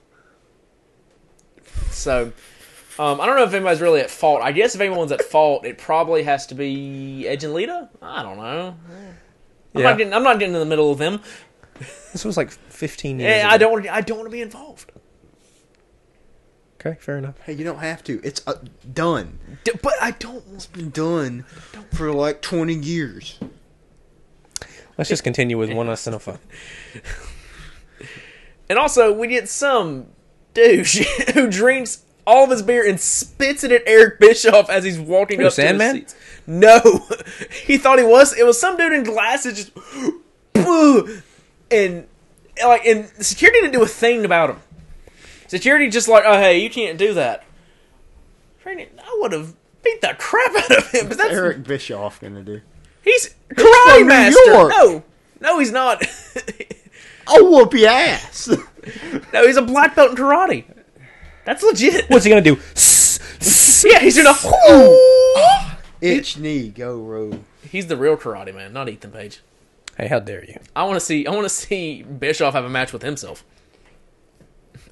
Speaker 2: so. Um, I don't know if anybody's really at fault. I guess if anyone's at fault, it probably has to be Edge and Lita. I don't know. I'm,
Speaker 4: Yeah.
Speaker 2: not, getting, I'm not getting in the middle of them.
Speaker 4: This was like 15 years.
Speaker 2: Yeah, I
Speaker 4: ago.
Speaker 2: don't. wanna- I don't want to be involved.
Speaker 4: Okay, fair enough.
Speaker 3: Hey, you don't have to. It's uh, done.
Speaker 2: D- But I don't want
Speaker 3: It's been done for like twenty years.
Speaker 4: Let's just continue with one less than a five.
Speaker 2: And also, we get some douche who drinks all of his beer and spits it at Eric Bischoff as he's walking
Speaker 4: Who,
Speaker 2: up
Speaker 4: Sandman?
Speaker 2: to his seats. No, he thought he was. It was some dude in glasses just, "Boo!" and like, and security didn't do a thing about him. Security just like, oh hey, you can't do that. I would have beat the crap out of him. But that's
Speaker 3: Eric Bischoff gonna do.
Speaker 2: he's karate
Speaker 3: from New
Speaker 2: master.
Speaker 3: York.
Speaker 2: No, no, he's not.
Speaker 3: I'll whoop your ass.
Speaker 2: no, he's a black belt in karate. That's legit.
Speaker 4: What's he gonna do?
Speaker 2: Yeah, he's in a.
Speaker 3: Itch knee, go roll.
Speaker 2: He's the real Karate Man, not Ethan Page.
Speaker 4: Hey, how dare you?
Speaker 2: I want to see. I want to see Bischoff have a match with himself,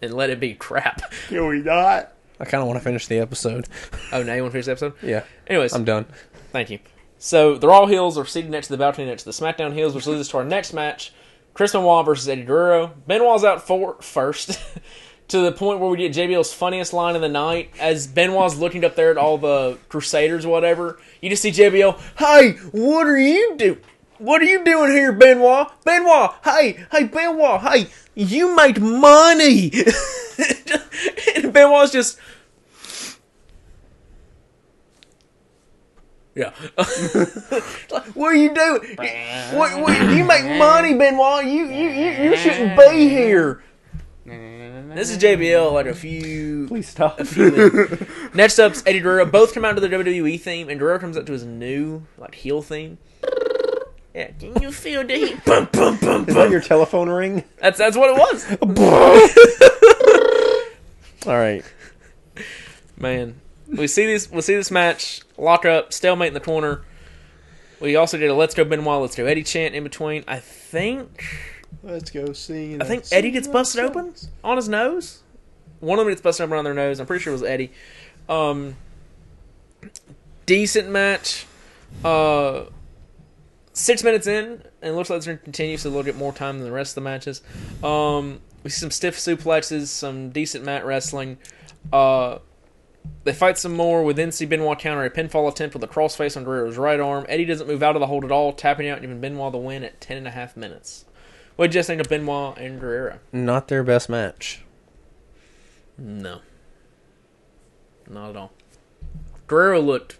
Speaker 2: and let it be crap.
Speaker 3: Can we not?
Speaker 4: I kind of want to finish the episode.
Speaker 2: Oh, now you want to finish the episode?
Speaker 4: Yeah,
Speaker 2: Anyways,
Speaker 4: I'm done.
Speaker 2: thank you. So the Raw heels are seated next to the balcony next to the SmackDown heels, which leads us to our next match: Chris Benoit versus Eddie Guerrero. Benoit's out for first, to the point where we get JBL's funniest line of the night as Benoit's looking up there at all the Crusaders, or whatever. You just see JBL, "Hey, what are you doing?" What are you doing here, Benoit? Oh, Benoit, hey, hey, Benoit, hey, you make money. and Benoit's just, Yeah. like, what are you doing? What, what, you make money, Benoit. You, you, you, you shouldn't be here. This is JBL, like a few.
Speaker 4: Please stop.
Speaker 2: Next up's Eddie Guerrero. Both come out to the WWE theme, and Guerrero comes up to his new, like, heel theme. Yeah, can you feel the heat? Bum, bum, bum,
Speaker 4: Let
Speaker 2: bum.
Speaker 4: your telephone ring.
Speaker 2: That's, that's what it was.
Speaker 4: All right.
Speaker 2: Man, we see this. We see this match lock up, stalemate in the corner. We also did a "Let's Go Benoit, Let's Go Eddie" chant in between. I think
Speaker 3: Let's go sing.
Speaker 2: I think Eddie gets busted open on his nose. One of them gets busted open on their nose. I'm pretty sure it was Eddie. Um, decent match. Uh, six minutes in, and it looks like it's going to continue, so they'll get more time than the rest of the matches. Um, we see some stiff suplexes, some decent mat wrestling. Uh, they fight some more with NC Benoit counter a pinfall attempt with a crossface on Guerrero's right arm. Eddie doesn't move out of the hold at all, tapping out and giving Benoit the win at ten and a half minutes. What did you guys think of Benoit and Guerrero?
Speaker 4: Not their best match.
Speaker 2: No. Not at all. Guerrero looked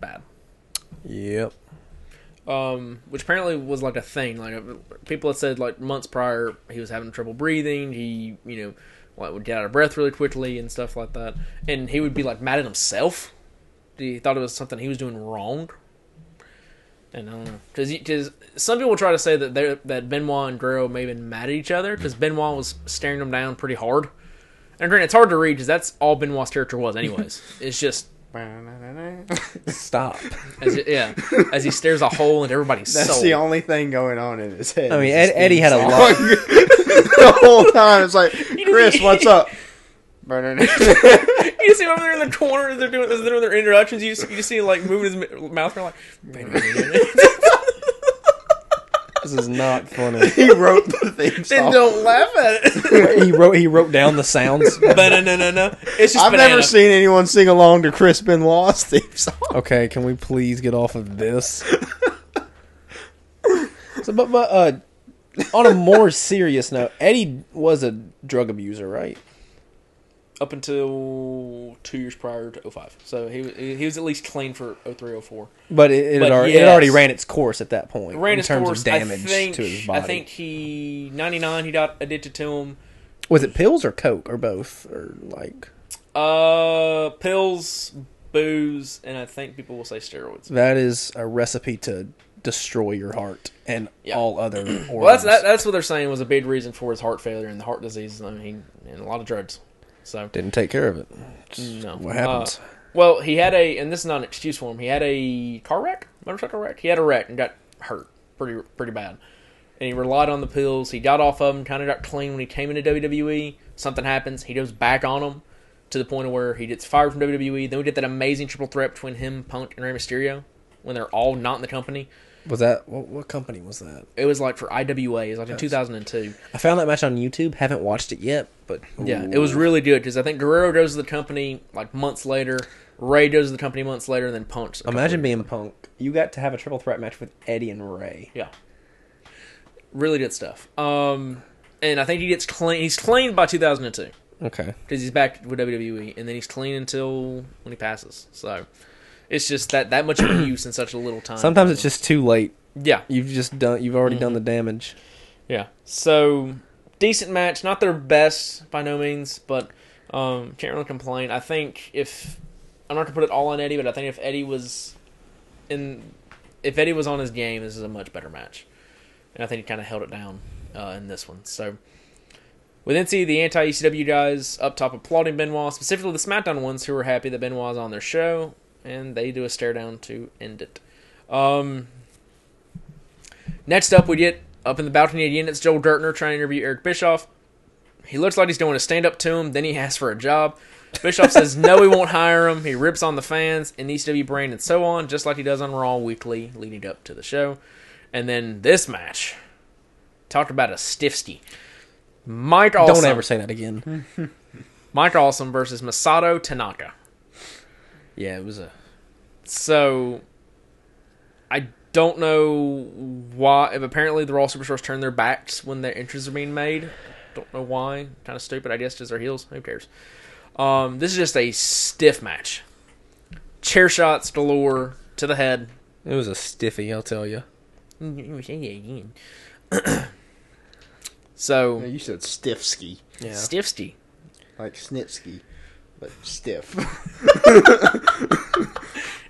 Speaker 2: bad.
Speaker 4: Yep.
Speaker 2: Um, which apparently was like a thing. Like uh, people had said like months prior he was having trouble breathing, he, you know, like would get out of breath really quickly and stuff like that. And he would be like mad at himself. He thought it was something he was doing wrong. And I don't know because some people try to say that they're- that Benoit and Guerrero may have been mad at each other because Benoit was staring them down pretty hard. And granted, it's hard to read because that's all Benoit's character was, anyways. it's just
Speaker 4: Stop.
Speaker 2: as it- yeah, as he stares a hole into everybody's
Speaker 3: That's
Speaker 2: soul.
Speaker 3: the only thing going on in his head.
Speaker 4: I mean,
Speaker 3: It's
Speaker 4: Ed- Eddie had a
Speaker 3: song.
Speaker 4: lot.
Speaker 3: the whole time. It's like, Chris, what's up? Burning.
Speaker 2: you just see him over there in the corner as they're doing as they're doing their introductions. You just, you just see him like moving his m- mouth around like.
Speaker 4: This is not funny.
Speaker 3: he wrote the theme
Speaker 2: then
Speaker 3: song.
Speaker 2: don't laugh at it.
Speaker 4: he wrote he wrote down the sounds.
Speaker 2: banana, uh, no, no. It's just
Speaker 3: I've
Speaker 2: banana.
Speaker 3: never seen anyone sing along to Chris Benoit's theme song.
Speaker 4: Okay, can we please get off of this? so, but but uh, on a more serious note, Eddie was a drug abuser, right?
Speaker 2: up until two years prior to 05. So he was, he was at least clean for 03, 04.
Speaker 4: But it, it, had
Speaker 2: But
Speaker 4: already, it had already
Speaker 2: yes.
Speaker 4: ran its course at that point
Speaker 2: Ran
Speaker 4: in
Speaker 2: his
Speaker 4: terms
Speaker 2: course,
Speaker 4: of damage
Speaker 2: I think,
Speaker 4: to his body.
Speaker 2: I think he, 99, he got addicted to him.
Speaker 4: was it pills or coke or both or like
Speaker 2: Uh, pills, booze, and I think people will say steroids.
Speaker 4: that is a recipe to destroy your heart and
Speaker 2: Yeah.
Speaker 4: all other organs.
Speaker 2: Well, that's that, that's what they're saying was a big reason for his heart failure and the heart disease. I mean, he, and a lot of drugs. So
Speaker 4: Didn't take care of it. It's
Speaker 2: No.
Speaker 4: What happens?
Speaker 2: Uh, well, he had a, and this is not an excuse for him. He had a car wreck, motorcycle wreck. He had a wreck and got hurt pretty pretty bad. And he relied on the pills. He got off of them, kind of got clean when he came into WWE. Something happens. He goes back on them to the point of where he gets fired from WWE. Then we did that amazing triple threat between him, Punk, and Rey Mysterio when they're all not in the company.
Speaker 4: was that what, what company was that?
Speaker 2: It was like for IWA. It was like in 2002.
Speaker 4: I found that match on YouTube. Haven't watched it yet, but
Speaker 2: Yeah, it was really good because I think Guerrero goes to the company like months later. Ray goes to the company months later, and then Punk's. a couple
Speaker 4: Imagine being Punk. You got to have a triple threat match with Eddie and Ray.
Speaker 2: Yeah. Really good stuff. Um, and I think he gets clean. He's clean by 2002
Speaker 4: Okay.
Speaker 2: because he's back with WWE, and then he's clean until when he passes. So it's just that that much abuse in such a little time.
Speaker 4: Sometimes it's just too late.
Speaker 2: yeah,
Speaker 4: You've just done. You've already done the
Speaker 2: Mm-hmm.
Speaker 4: damage.
Speaker 2: yeah. So decent match, not their best by no means, but um, can't really complain. I think if I'm not gonna put it all on Eddie, but I think if Eddie was in, if Eddie was on his game, this is a much better match, and I think he kind of held it down uh, in this one. So. With NC, the anti ECW guys up top applauding Benoit, specifically the SmackDown ones who were happy that Benoit's on their show, and they do a stare down to end it. Um, next up, we get up in the balcony again. It's Joel Gertner trying to interview Eric Bischoff. He looks like he's doing a stand up to him, then he asks for a job. Bischoff says no, he won't hire him. He rips on the fans and ECW brand and so on, just like he does on Raw Weekly leading up to the show. And then this match. Talked about a stiffsky. Mike Awesome.
Speaker 4: Don't ever say that again.
Speaker 2: Mike Awesome versus Masato Tanaka.
Speaker 4: yeah, it was a.
Speaker 2: So I don't know why. If apparently the Raw Superstars turn their backs when their entries are being made. Don't know why. Kind of stupid, I guess, just their heels. Who cares? Um, this is just a stiff match. Chair shots galore to the head.
Speaker 4: It was a stiffy. I'll tell you.
Speaker 2: so
Speaker 3: You said stiffsky,
Speaker 4: Yeah.
Speaker 2: stiffsty.
Speaker 3: like snitsky, but stiff.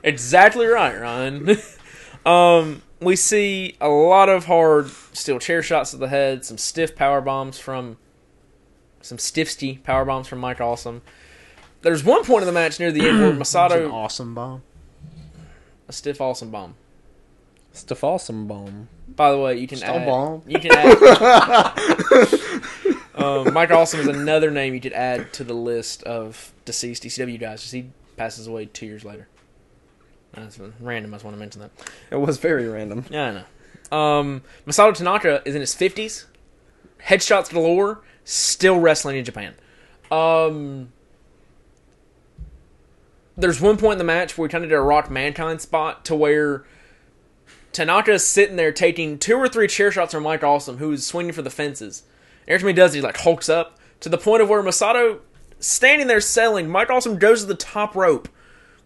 Speaker 2: Exactly right, Ryan. um, we see a lot of hard steel chair shots to the head, some stiff power bombs from some stiffsty power bombs from Mike Awesome. There's one point in the match near the end where
Speaker 3: an
Speaker 2: Masato
Speaker 3: awesome bomb.
Speaker 2: a stiff awesome bomb.
Speaker 4: Stefalsum bomb.
Speaker 2: By the way, you can
Speaker 3: Stone
Speaker 2: add
Speaker 3: bomb.
Speaker 2: you can add um, Mike Awesome is another name you could add to the list of deceased ECW guys. 'cause He passes away two years later. That's random. I just want to mention that.
Speaker 4: It was very random.
Speaker 2: Yeah, I know. Um, Masato Tanaka is in his fifties, headshots galore, still wrestling in Japan. Um, there's one point in the match where we kind of did a Rock Mankind spot to where Tanaka's sitting there taking two or three chair shots from Mike Awesome, who is swinging for the fences. Every time he does, it, he like hulks up to the point of where Masato, standing there selling, Mike Awesome goes to the top rope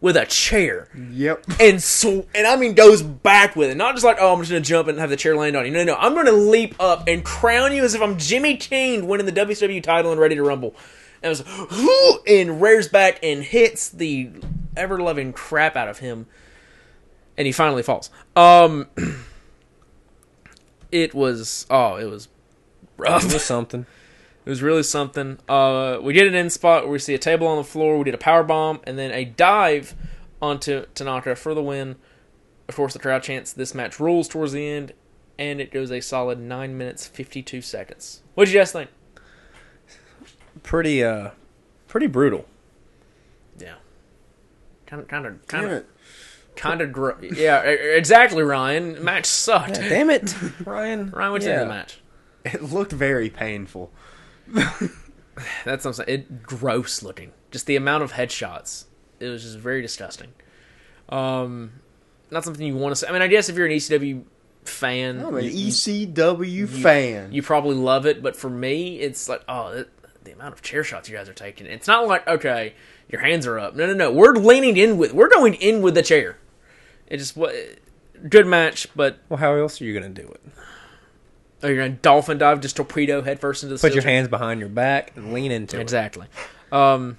Speaker 2: with a chair
Speaker 3: Yep.
Speaker 2: and so and I mean goes back with it. Not just like, oh, I'm just gonna jump and have the chair land on you. No, no, I'm gonna leap up and crown you as if I'm Jimmy King winning the WCW title and ready to rumble. And I was whoo and rears back and hits the ever loving crap out of him. and he finally falls. Um, it was oh, it was rough.
Speaker 4: It was something.
Speaker 2: It was really something. Uh, we did an end spot where we see a table on the floor. We did a power bomb and then a dive onto Tanaka for the win. Of course, the crowd chants this match rules towards the end, and it goes a solid nine minutes fifty two seconds. What did you guys think?
Speaker 4: Pretty uh, pretty brutal.
Speaker 2: Yeah, kind of, kind of, kind
Speaker 3: Damn
Speaker 2: of,
Speaker 3: it.
Speaker 2: kind of. Gr- yeah, e- e- exactly, Ryan. The Match sucked.
Speaker 4: Damn it, Ryan.
Speaker 2: Ryan, what's in
Speaker 4: Yeah.
Speaker 2: the match?
Speaker 3: It looked very painful.
Speaker 2: That's what I'm saying. It gross looking. Just the amount of headshots. It was just very disgusting. Um, not something you want to see. I mean, I guess if you're an ECW fan,
Speaker 3: I'm an E
Speaker 2: you,
Speaker 3: ECW fan.
Speaker 2: you probably love it. But for me, it's like, oh, it, the amount of chair shots you guys are taking. It's not like okay, your hands are up. No, no, no. We're leaning in with. We're going in with the chair. It just what good match, but
Speaker 4: Well, how else are you gonna do it?
Speaker 2: oh, you're gonna dolphin dive just torpedo headfirst into the
Speaker 4: Put
Speaker 2: steel
Speaker 4: your
Speaker 2: chair?
Speaker 4: hands behind your back and lean into it.
Speaker 2: Exactly. Um,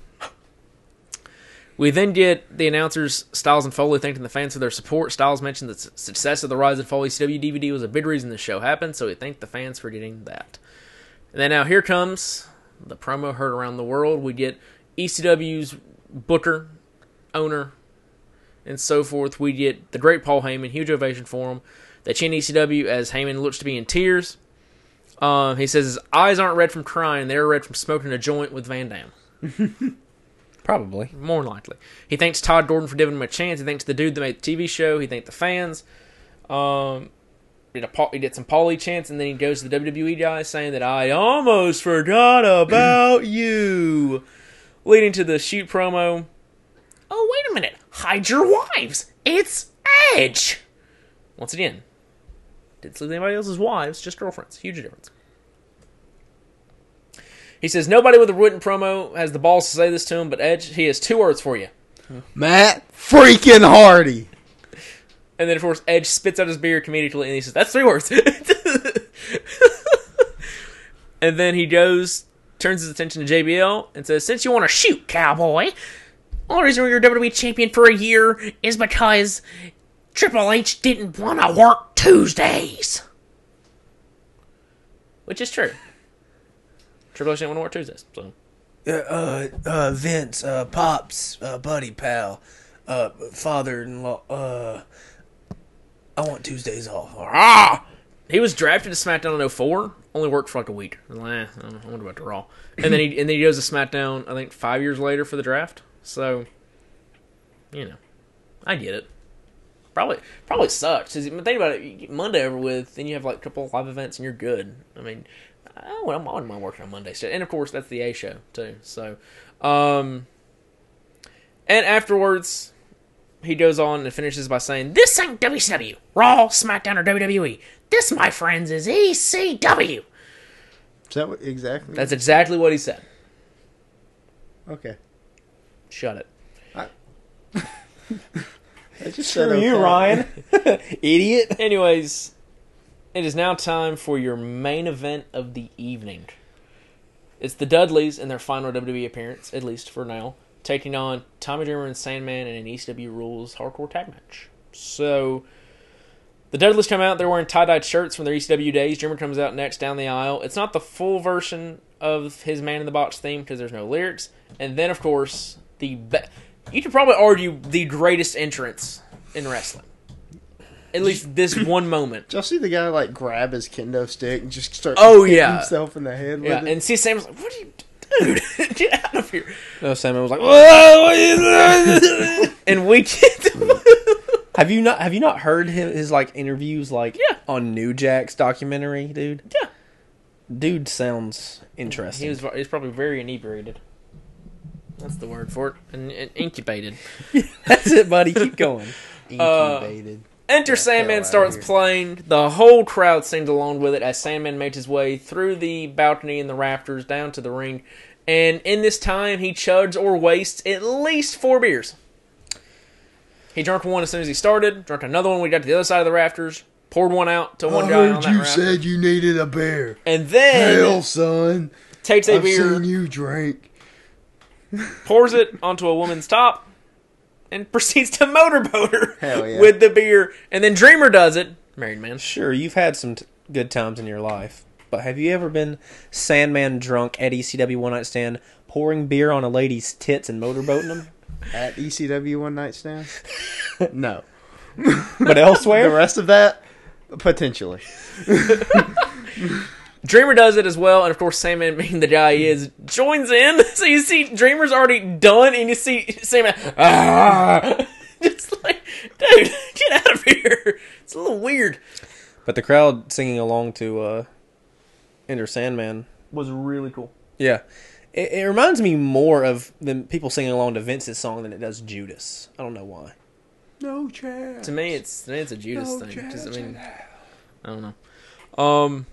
Speaker 2: we then get the announcers Styles and Foley thanking the fans for their support. Styles mentioned the s- success of the Rise and Foley CW DVD was a big reason the show happened, so he thanked the fans for getting that. And then now here comes the promo heard around the world. We get ECW's booker, owner, and so forth. We get the great Paul Heyman, huge ovation for him. They chant ECW as Heyman looks to be in tears. Um, he says his eyes aren't red from crying; they're red from smoking a joint with Van Dam.
Speaker 4: Probably.
Speaker 2: More than likely, he thanks Todd Gordon for giving him a chance. He thanks the dude that made the TV show. He thanked the fans. Um, did a Paul- he did some Paulie chants, and then he goes to the WWE guy saying that I almost forgot about you, leading to the shoot promo. Oh wait a minute! Hide your wives. It's Edge. Once again, didn't sleep with anybody else's wives, just girlfriends. Huge difference. He says nobody with a written promo has the balls to say this to him, but Edge, he has two words for you.
Speaker 3: Matt freaking Hardy.
Speaker 2: And then of course Edge spits out his beer comedically and he says, That's three words And then he goes, turns his attention to JBL and says, Since you want to shoot, cowboy, only reason you're WWE champion for a year is because Triple H didn't want to work Tuesdays. Which is true. Triple H didn't want to work Tuesdays, so
Speaker 4: Uh, uh, uh Vince, uh, pops, uh, buddy, pal, uh, father-in-law. Uh, I want Tuesdays off.
Speaker 2: Ah! He was drafted to SmackDown in 04, only worked for like a week. I was like, eh, I don't know, I wonder about the Raw. And then he and then he goes to SmackDown, I think five years later for the draft. So, you know, I get it. Probably probably sucks. 'cause Think about it. You get Monday over with, then you have like a couple live events, and you're good. I mean, I wouldn't I wouldn't mind working on Monday. So, and of course, that's the A show too. So, um, and afterwards, he goes on and finishes by saying, "This ain't WCW, Raw, SmackDown, or WWE. This, my friends, is E ECW."
Speaker 3: Is that what, exactly?
Speaker 2: That's exactly what he said.
Speaker 3: okay.
Speaker 2: Shut it.
Speaker 3: I just
Speaker 4: Screw
Speaker 3: said okay.
Speaker 4: Idiot.
Speaker 2: Anyways, it is now time for your main event of the evening. It's the Dudleys in their final WWE appearance, at least for now, taking on Tommy Dreamer and Sandman in an ECW Rules hardcore tag match. So, the Dudleys come out, they're wearing tie dyed shirts from their ECW days. Dreamer comes out next down the aisle. It's not the full version of his Man in the Box theme because there's no lyrics. And then, of course, the. Be- you could probably argue the greatest entrance in wrestling. At least this one moment.
Speaker 3: Did y'all see the guy like grab his kendo stick and just start
Speaker 2: Oh,
Speaker 3: hitting
Speaker 2: yeah.
Speaker 3: himself in the head
Speaker 2: Yeah,
Speaker 3: with it?
Speaker 2: and see, Sam was like, "What are you, dude? Get out of here!"
Speaker 4: No, Simon was like,
Speaker 2: And we get
Speaker 4: Have you not have you not heard him his like interviews like
Speaker 2: Yeah.
Speaker 4: on New Jack's documentary, dude?
Speaker 2: Yeah.
Speaker 4: Dude sounds interesting.
Speaker 2: he was he was probably very inebriated. That's the word for it, and, and incubated. Uh,
Speaker 4: That's it, buddy. Keep going.
Speaker 3: Incubated.
Speaker 2: Enter
Speaker 3: hell
Speaker 2: Sandman
Speaker 3: outta
Speaker 2: starts
Speaker 3: here.
Speaker 2: playing. The whole crowd sings along with it as Sandman makes his way through the balcony and the rafters down to the ring. And in this time, he chugs or wastes at least four beers. He drank one as soon as he started, drank another one when we got to the other side of the rafters, poured one out to one guy on that rafter.
Speaker 3: you needed a bear.
Speaker 2: and then
Speaker 3: son.
Speaker 2: takes a beer.
Speaker 3: you drink.
Speaker 2: pours it onto a woman's top, and proceeds to motorboat her
Speaker 3: Hell yeah.
Speaker 2: with the beer. And then Dreamer does it. Married man.
Speaker 4: Sure, you've had some t- good times in your life, but have you ever been Sandman drunk at ECW One Night Stand, pouring beer on a lady's tits and motorboating them?
Speaker 3: At ECW one night stand? No.
Speaker 4: But
Speaker 3: The
Speaker 4: elsewhere,
Speaker 3: rest of that, potentially.
Speaker 2: Dreamer does it as well, and of course Sandman, being the guy he is, joins in. So you see Dreamer's already done, and you see Sandman, ah, just like, dude, get out of here. It's a little weird.
Speaker 4: but the crowd singing along to uh, Enter Sandman
Speaker 2: Was really cool.
Speaker 4: Yeah. It, it reminds me more of the people singing along to Vince's song than it does Judas. I don't know why.
Speaker 3: No chance.
Speaker 2: To me, it's to me, it's a Judas
Speaker 3: No
Speaker 2: thing.
Speaker 3: judge
Speaker 2: Just, I mean, I don't know. Um,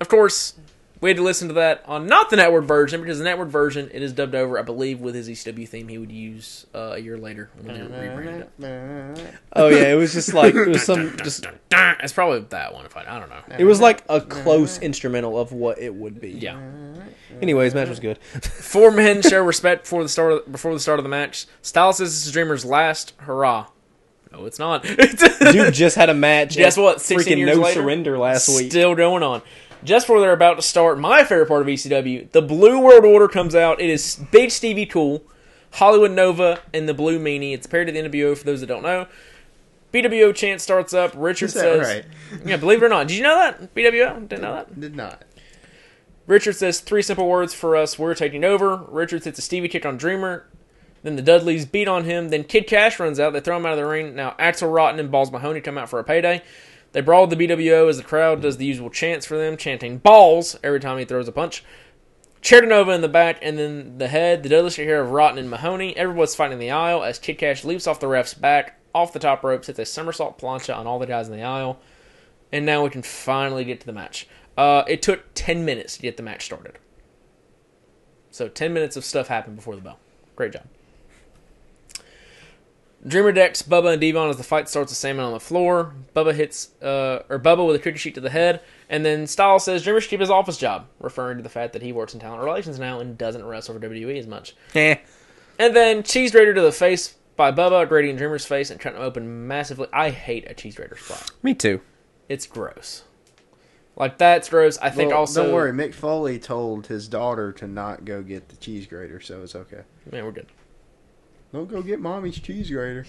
Speaker 2: of course, we had to listen to that on not the network version because the network version it is dubbed over, I believe, with his ECW theme he would use uh, a year later when they rebranded it.
Speaker 4: Oh yeah, it was just like it was some just
Speaker 2: It's probably that one. If I, I don't know.
Speaker 4: it was like a close instrumental of what it would be.
Speaker 2: Yeah.
Speaker 4: Anyways, match was good.
Speaker 2: Four men show respect before the start of, before the start of the match. Styles says this is Dreamer's last hurrah. No, it's not.
Speaker 4: Dude just had a match.
Speaker 2: Guess
Speaker 4: and
Speaker 2: what? 16
Speaker 4: Freaking
Speaker 2: years
Speaker 4: no
Speaker 2: later,
Speaker 4: surrender last week.
Speaker 2: Still going on. Just before they're about to start my favorite part of ECW, the Blue World Order comes out. It is Big Stevie Cool, Hollywood Nova, and the Blue Meanie. It's paired to the NWO for those that don't know. BWO chant starts up. Richard
Speaker 3: Is that
Speaker 2: says,
Speaker 3: right?
Speaker 2: "Yeah, believe it or not, did you know that BWO didn't know that."
Speaker 3: Did not.
Speaker 2: Richard says three simple words for us. We're taking over. Richards hits a Stevie kick on Dreamer. Then the Dudleys beat on him. Then Kid Cash runs out. They throw him out of the ring. Now Axel Rotten and Balls Mahoney come out for a payday. They brawl with the BWO as the crowd does the usual chants for them, chanting balls every time he throws a punch. Chernova in the back, and then the head. The Dudleys take care of Rotten and Mahoney. Everyone's fighting in the aisle as Kid Cash leaps off the ref's back, off the top ropes, hits a somersault plancha on all the guys in the aisle. And now we can finally get to the match. Uh, it took 10 minutes to get the match started. So 10 minutes of stuff happened before the bell. Great job. Dreamer decks Bubba and Devon as the fight starts with Salmon on the floor. Bubba hits, uh, or Bubba with a tricky sheet to the head. And then Styles says Dreamer should keep his office job, referring to the fact that he works in talent relations now and doesn't wrestle for WWE as much.
Speaker 4: Eh.
Speaker 2: And then cheese grater to the face by Bubba, grating Dreamer's face and cutting him open massively. I hate a cheese grater spot.
Speaker 4: Me too.
Speaker 2: It's gross. Like that's gross. I think
Speaker 3: Well,
Speaker 2: also.
Speaker 3: don't worry. Mick Foley told his daughter to not go get the cheese grater, so it's okay.
Speaker 2: Man, we're good.
Speaker 3: Don't go get mommy's cheese grater.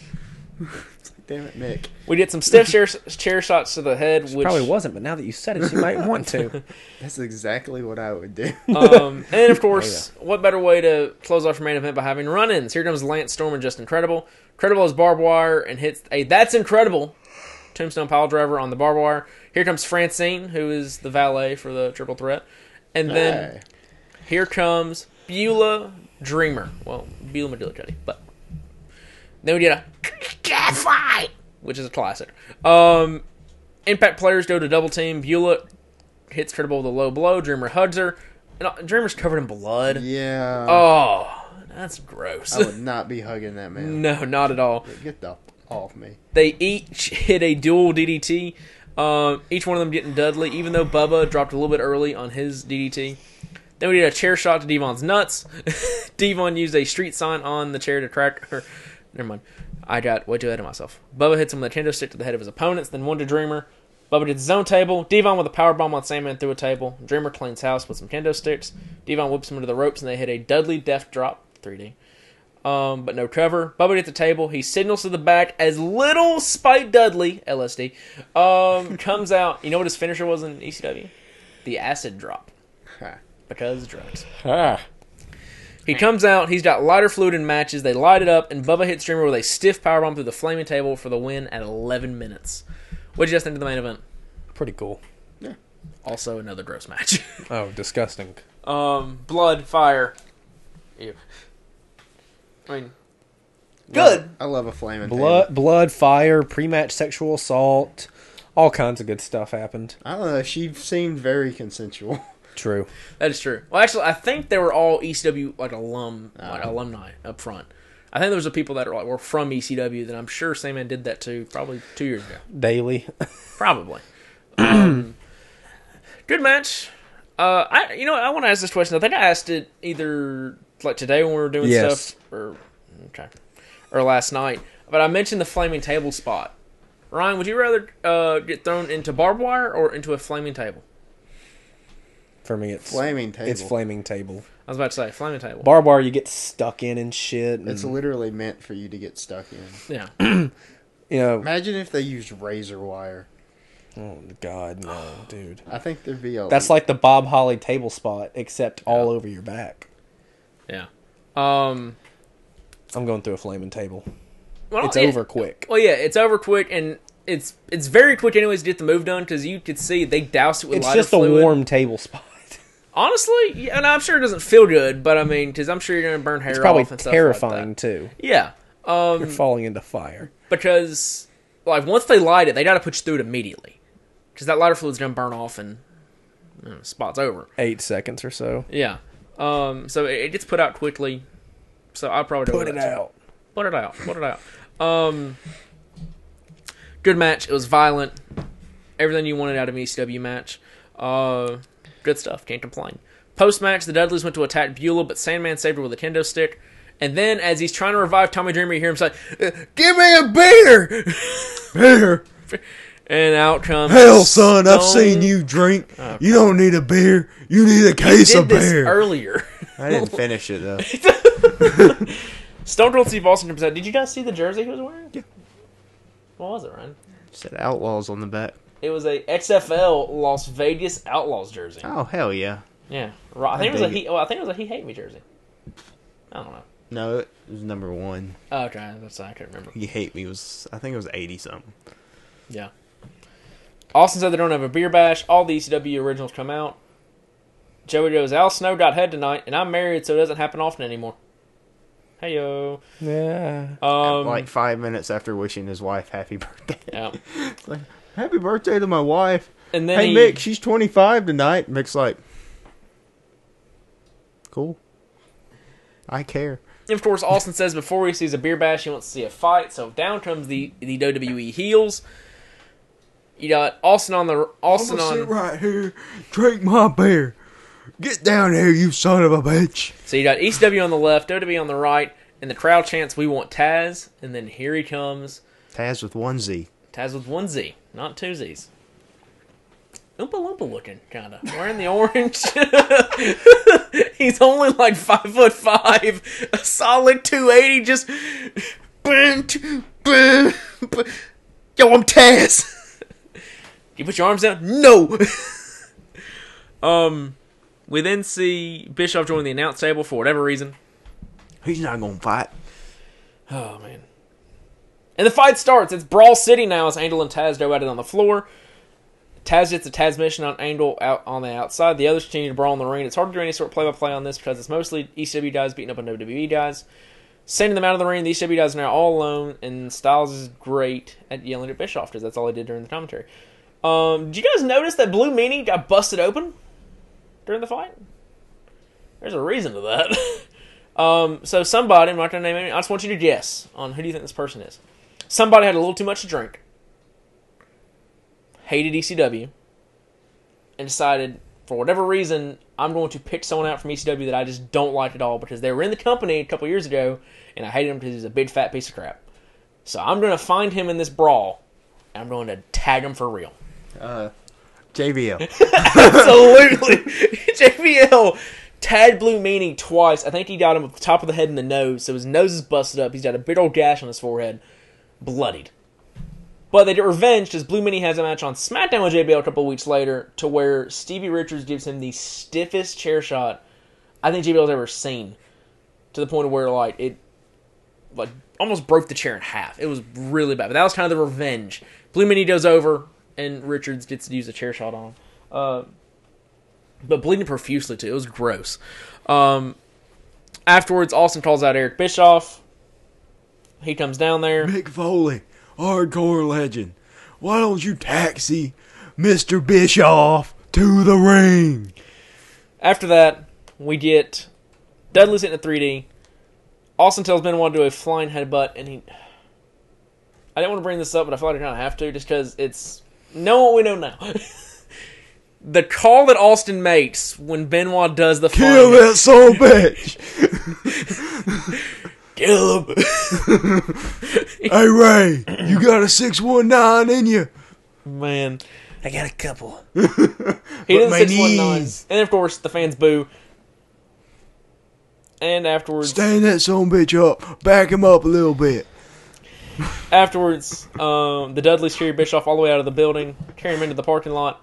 Speaker 3: It's like, Damn it, Mick.
Speaker 2: We did some stiff chair, chair shots to the head, which
Speaker 4: Probably wasn't, but now that you said it, she might want to.
Speaker 3: That's exactly what I would do.
Speaker 2: Um,
Speaker 3: Oh,
Speaker 2: and of course, what better way to close off your main event by having run-ins? Here comes Lance Storm and Just Incredible. Incredible is barbed wire and hits a that's incredible tombstone pile driver on the barbed wire. Here comes Francine, who is the valet for the Triple Threat, and then
Speaker 3: Hey.
Speaker 2: here comes Beulah Dreamer. Well, Beulah Medulla Cuddy, but then we get a cat fight, which is a classic. Um, Impact players go to double team. Beulah hits Credible with a low blow. Dreamer hugs her. And uh, Dreamer's covered in blood.
Speaker 3: yeah.
Speaker 2: Oh, that's gross.
Speaker 3: I would not be hugging that man.
Speaker 2: no, not at all.
Speaker 3: Get the f- off me.
Speaker 2: They each hit a dual DDT. Um, each one of them getting Dudley, even though Bubba dropped a little bit early on his DDT. Then we did a chair shot to Devon's nuts. Devon used a street sign on the chair to track her. Never mind. I got way too ahead of myself. Bubba hits him with a kendo stick to the head of his opponents, then one to Dreamer. Bubba did his own table. Devon with a power bomb on Sandman through a table. Dreamer cleans house with some kendo sticks. Devon whips him into the ropes, and they hit a Dudley death drop 3D um, but no cover. Bubba at the table. He signals to the back as little Spike Dudley, LSD, um, comes out. You know what his finisher was in ECW? The acid drop.
Speaker 3: Ha.
Speaker 2: Because drugs. Ah. He comes out. He's got lighter fluid in matches. They light it up, and Bubba hits Dreamer with a stiff powerbomb through the flaming table for the win at 11 minutes. What did you guys think of the main event?
Speaker 4: Pretty cool.
Speaker 2: Also, another gross match.
Speaker 4: Oh, disgusting.
Speaker 2: um, blood, fire. Ew. I mean, good.
Speaker 3: I love a flaming
Speaker 4: Blood,
Speaker 3: table.
Speaker 4: blood, fire, pre-match sexual assault, all kinds of good stuff happened.
Speaker 3: I don't know. She seemed very consensual.
Speaker 4: True.
Speaker 2: That is true. Well, actually, I think they were all ECW like alum, like alumni up front. I think there was the people that were, like, were from ECW that I'm sure Sandman did that too, probably two years ago.
Speaker 4: Daily.
Speaker 2: Probably. um, good match. Uh, I you know what, I want to ask this question. I think I asked it either like today when we were doing
Speaker 4: Yes.
Speaker 2: stuff or okay. or last night, but I mentioned the flaming table spot. Ryan, would you rather uh, get thrown into barbed wire or into a flaming table?
Speaker 4: For me, it's
Speaker 3: Flaming table.
Speaker 4: It's flaming table.
Speaker 2: I was about to say flaming table.
Speaker 4: Barbed wire you get stuck in and shit. And,
Speaker 3: It's literally meant for you to get stuck in.
Speaker 2: yeah.
Speaker 4: you know,
Speaker 3: Imagine if they used razor wire.
Speaker 4: oh god, no, dude.
Speaker 3: I think there'd be a.
Speaker 4: That's like the Bob Holly table spot, except all over your back.
Speaker 2: Yeah. Um
Speaker 4: I'm going through a flaming table.
Speaker 2: well,
Speaker 4: It's
Speaker 2: Oh, yeah.
Speaker 4: over quick.
Speaker 2: Well, yeah, it's over quick and it's it's very quick anyways to get the move done cuz you could see they doused it with
Speaker 4: It's
Speaker 2: lighter
Speaker 4: just a
Speaker 2: fluid.
Speaker 4: warm table spot.
Speaker 2: Honestly, yeah, and I'm sure it doesn't feel good, but I mean cuz I'm sure you're going to burn hair
Speaker 4: It's probably
Speaker 2: off and stuff like that. Mm.
Speaker 4: terrifying too.
Speaker 2: Yeah. Um
Speaker 4: You're falling into fire.
Speaker 2: because like once they light it, they got to put you through it immediately cuz that lighter fluid's going to burn off and you know, spots over.
Speaker 4: Eight seconds or so.
Speaker 2: Yeah. Um so it, it gets put out quickly. So I probably
Speaker 4: Put
Speaker 2: don't
Speaker 4: it out.
Speaker 2: Put it out. Put it out. Um, good match. It was violent. Everything you wanted out of an ECW match. Uh, good stuff. Can't complain. Post match, the Dudleys went to attack Beulah, but Sandman saved her with a kendo stick. And then, as he's trying to revive Tommy Dreamer, you hear him say, "Uh, "Give me a beater."
Speaker 5: Beer.
Speaker 2: And out comes
Speaker 5: Hell, son, I've
Speaker 2: Stone-
Speaker 5: seen you drink. You don't need a beer. You need a case
Speaker 2: Did
Speaker 5: of
Speaker 2: this
Speaker 5: beer.
Speaker 2: earlier.
Speaker 5: I didn't finish it, though.
Speaker 2: Stone Cold Steve Austin comes out. Did you guys see the jersey he was wearing? Yeah. What was it, Ryan?
Speaker 3: said outlaws on the back.
Speaker 2: It was a XFL Las Vegas Outlaws jersey.
Speaker 3: Oh hell yeah!
Speaker 2: Yeah, Ro- I think it was a
Speaker 3: dig
Speaker 2: he. Well, I think it was a he hate me jersey. I don't know.
Speaker 5: No, it was number one.
Speaker 2: Oh, okay, that's I can't remember.
Speaker 5: You hate me was, I think it was 80 something.
Speaker 2: Yeah. Austin said they don't have a beer bash. All the ECW originals come out. Joey goes, Al Snow got head tonight, and I'm married, so it doesn't happen often anymore. Hey yo.
Speaker 4: Yeah.
Speaker 2: Um,
Speaker 5: like five minutes after wishing his wife happy birthday.
Speaker 2: yeah.
Speaker 5: Happy birthday to my wife.
Speaker 2: And then
Speaker 5: Hey,
Speaker 2: he,
Speaker 5: Mick, she's 25 tonight. Mick's like, cool. I care.
Speaker 2: And of course, Austin says before he sees a beer bash, he wants to see a fight. So down comes the the WWE heels. You got Austin on the Austin on.
Speaker 5: right here, drink my beer. Get down here, you son of a bitch.
Speaker 2: So you got ECW on the left, WWE on the right, and the crowd chants, "We want Taz!" And then here he comes,
Speaker 5: Taz with one Z.
Speaker 2: Taz with one Z, not two Z's. Oompa Loompa looking, kind of wearing the orange. He's only like five foot five, a solid two eighty. Just, boom, t- boom, boom. yo, I'm Taz. Oh. you put your arms down. No. um, we then see Bischoff join the announce table for whatever reason.
Speaker 5: He's not gonna fight.
Speaker 2: Oh man. And the fight starts. It's Brawl City now as Angle and Taz go at it on the floor. Taz gets a Taz mission on Angle out on the outside. The others continue to brawl in the ring. It's hard to do any sort of play by play on this because it's mostly ECW guys beating up on WWE guys. Sending them out of the ring, the ECW guys are now all alone, and Styles is great at yelling at Bischoff because that's all he did during the commentary. Um, did you guys notice that Blue Meanie got busted open during the fight? There's a reason to that. Um, so somebody, I'm not gonna name any. I just want you to guess on who do you think this person is. Somebody had a little too much to drink, hated ECW, and decided for whatever reason I'm going to pick someone out from ECW that I just don't like at all because they were in the company a couple years ago and I hated him because he was a big fat piece of crap. So I'm gonna find him in this brawl and I'm going to tag him for real.
Speaker 5: JBL.
Speaker 2: Absolutely. JBL tagged Blue Meanie twice. I think he got him at the top of the head and the nose, so his nose is busted up. He's got a big old gash on his forehead, bloodied. But they get revenge because Blue Meanie has a match on SmackDown with JBL a couple weeks later to where Stevie Richards gives him the stiffest chair shot I think JBL's ever seen to the point of where, like, it like almost broke the chair in half. It was really bad. But that was kind of the revenge. Blue Mini goes over, and Richards gets to use a chair shot on him. Uh, but bleeding profusely, too. It was gross. Um, afterwards, Austin calls out Eric Bischoff. He comes down there.
Speaker 5: Mick Foley, hardcore legend. Why don't you taxi Mr. Bischoff to the ring?
Speaker 2: After that, we get Dudley's hitting a 3D. Austin tells Benoit to do a flying headbutt, and he. I didn't want to bring this up, but I feel like I kind of have to, just because it's know what we know now. the call that Austin makes when Benoit does the
Speaker 5: Kill
Speaker 2: flying,
Speaker 5: that son of a bitch.
Speaker 2: kill him.
Speaker 5: Hey Ray, you got a six one nine in you.
Speaker 2: Man,
Speaker 4: I got a couple.
Speaker 2: he did
Speaker 5: my
Speaker 2: six one nine,
Speaker 5: knees.
Speaker 2: and of course the fans boo. And afterwards,
Speaker 5: Stand that son bitch up. Back him up a little bit.
Speaker 2: afterwards, um, the Dudleys carry Bischoff all the way out of the building, carry him into the parking lot.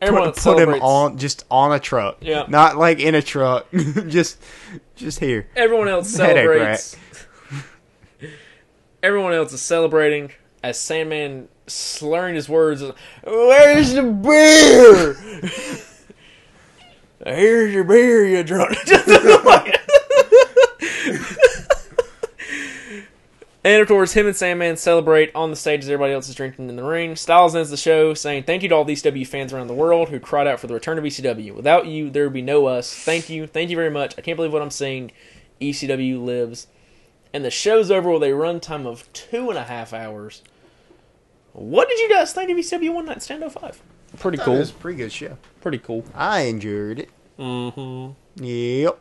Speaker 2: Everyone
Speaker 3: Put, put him
Speaker 2: celebrates.
Speaker 3: on just on a truck.
Speaker 2: Yeah.
Speaker 3: Not like in a truck. just just here.
Speaker 2: Everyone else
Speaker 3: Headache
Speaker 2: celebrates. Everyone else is celebrating as Sandman slurring his words. Where's the beer? Here's your beer, you drunk. and of course, him and Sandman celebrate on the stage as everybody else is drinking in the ring. Styles ends the show saying, "Thank you to all these W fans around the world who cried out for the return of ECW. Without you, there would be no us. Thank you, thank you very much. I can't believe what I'm seeing. ECW lives." And the show's over with a runtime of two and a half hours. What did you guys think of ECW One Night Stand 05?
Speaker 4: Pretty
Speaker 3: It
Speaker 4: cool.
Speaker 3: was a pretty good show.
Speaker 4: Pretty cool.
Speaker 3: I enjoyed it. Mm-hmm. Yep.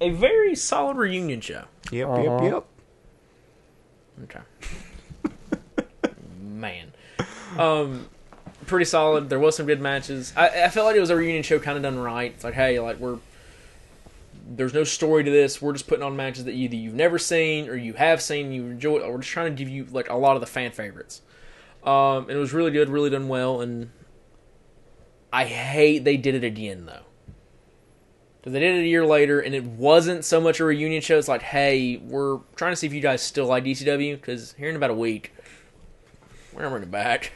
Speaker 2: A very solid reunion show.
Speaker 3: Yep,
Speaker 4: Uh-huh.
Speaker 3: yep, yep.
Speaker 2: Okay. Man. Um, pretty solid. There was some good matches. I, I felt like it was a reunion show kind of done right. It's like, hey, like we're there's no story to this. We're just putting on matches that either you've never seen or you have seen, you enjoy. Or we're just trying to give you like a lot of the fan favorites. Um, and it was really good, really done well. And I hate they did it again though. 'Cause They did it a year later, and it wasn't so much a reunion show. It's like, hey, we're trying to see if you guys still like DCW, because here in about a week, we're gonna bring it back.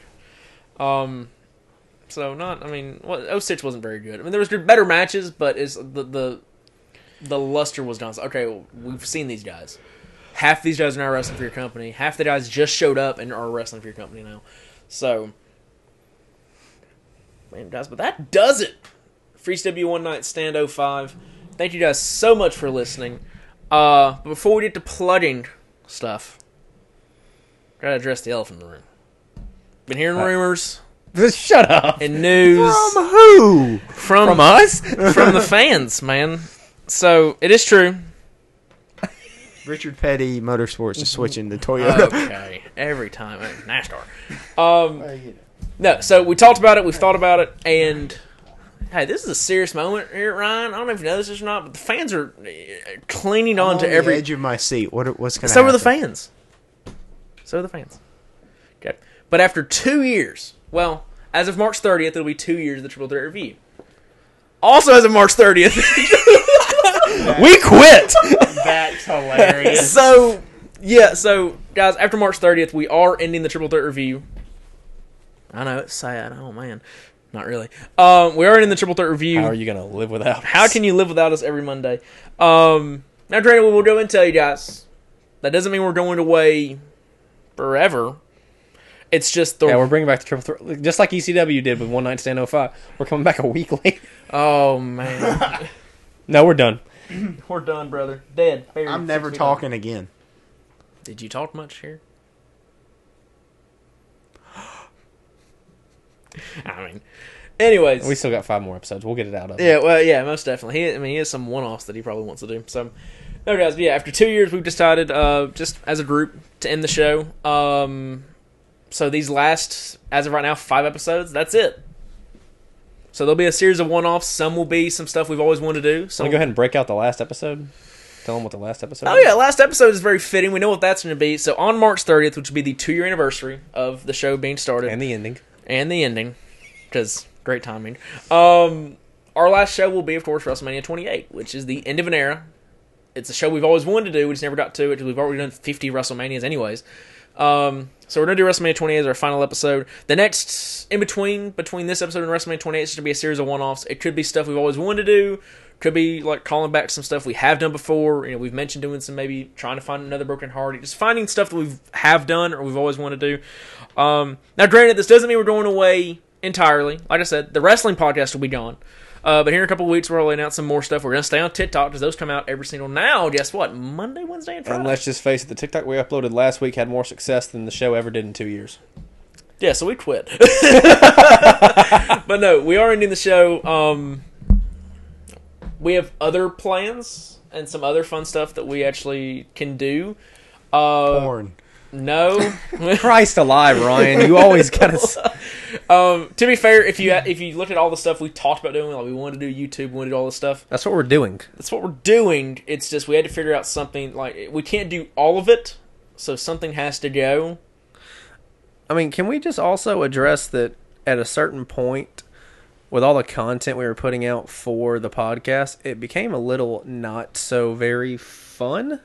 Speaker 2: Um, so not, I mean, well, 06 wasn't very good. I mean, there was good- better matches, but it's the the the luster was gone. So, okay, well, we've seen these guys. Half these guys are now wrestling for your company. Half the guys just showed up and are wrestling for your company now. So, man, guys, but that does it. Free W One Night Stand 05. Thank you guys so much for listening. Uh, before we get to plugging stuff, gotta address the elephant in the room. Been hearing rumors
Speaker 4: Shut up.
Speaker 2: and news
Speaker 3: From who?
Speaker 2: from
Speaker 4: From us?
Speaker 2: from the fans, man. So it is true.
Speaker 3: Richard Petty Motorsports is switching to Toyota.
Speaker 2: Okay, every time eh, NASCAR. Um, no, so we talked about it. We've thought about it, and hey, this is a serious moment here, Ryan. I don't know if you know this or not, but the fans are eh, clinging on to
Speaker 3: the
Speaker 2: every
Speaker 3: edge of my seat. What what's gonna
Speaker 2: So were the
Speaker 3: happen?
Speaker 2: fans. So were the fans. Okay. But after two years, well, as of March 30th, it'll be two years of the Triple Threat Review. Also, as of March 30th,
Speaker 4: We quit.
Speaker 3: That's hilarious.
Speaker 2: so yeah, so guys, after March 30th, we are ending the Triple Threat Review. I know it's sad. Oh man, not really. Um, we are ending the Triple Threat Review.
Speaker 4: How are you gonna live without?
Speaker 2: How can you live without us every Monday? Um, now, granted, we will go and tell you guys that doesn't mean we're going away forever. It's just the
Speaker 4: Yeah, we're bringing back the triple threat, just like ECW did with One Night Stand 05. We're coming back a week late.
Speaker 2: oh man,
Speaker 4: No, we're done.
Speaker 2: we're done, brother. Dead. Buried.
Speaker 3: I'm never
Speaker 2: Six feet
Speaker 3: talking again.
Speaker 2: under. Did you talk much here? I mean, anyways,
Speaker 4: We still got five more episodes. We'll get it out of.
Speaker 2: Yeah, well, yeah, most definitely. He, I mean, he has some one-offs that he probably wants to do. So, no guys, but yeah. After two years, we've decided, uh, just as a group, to end the show. Um, so these last, as of right now, five episodes. That's it. So there'll be a series of one-offs. Some will be some stuff we've always wanted to do.
Speaker 4: Can
Speaker 2: Some
Speaker 4: we go ahead and break out the last episode? Tell them what the last episode.
Speaker 2: Oh
Speaker 4: was?
Speaker 2: yeah, last episode is very fitting. We know what that's going to be. So on March 30th, which will be the two-year anniversary of the show being started,
Speaker 4: and the ending.
Speaker 2: and the ending because great timing um our last show will be of course wrestlemania 28 which is the end of an era it's a show we've always wanted to do we just never got to it because we've already done 50 wrestlemanias anyways um so we're gonna do wrestlemania 28 as our final episode the next in between between this episode and wrestlemania 28 is gonna be a series of one-offs it could be stuff we've always wanted to do could be like calling back some stuff we have done before you know we've mentioned doing some maybe trying to find another broken heart just finding stuff that we've have done or we've always wanted to do um, now, granted, this doesn't mean we're going away entirely. Like I said, the wrestling podcast will be gone. Uh, but here in a couple weeks, we'll announce some more stuff. We're going to stay on TikTok because those come out every single now. Guess what? Monday, Wednesday, and Friday.
Speaker 4: And let's just face it, the TikTok we uploaded last week had more success than the show ever did in two years.
Speaker 2: yeah, so we quit. but no, we are ending the show. Um, we have other plans and some other fun stuff that we actually can do. Uh,
Speaker 3: Porn.
Speaker 2: No.
Speaker 4: Christ alive, Ryan. You always gotta. s-
Speaker 2: um, to be fair, if you if you looked at all the stuff we talked about doing, like we wanted to do YouTube, we wanted to do all this stuff.
Speaker 4: That's what we're doing.
Speaker 2: That's what we're doing. It's just we had to figure out something. Like we can't do all of it, so something has to go.
Speaker 4: I mean, can we just also address that at a certain point, with all the content we were putting out for the podcast, it became a little not so very fun.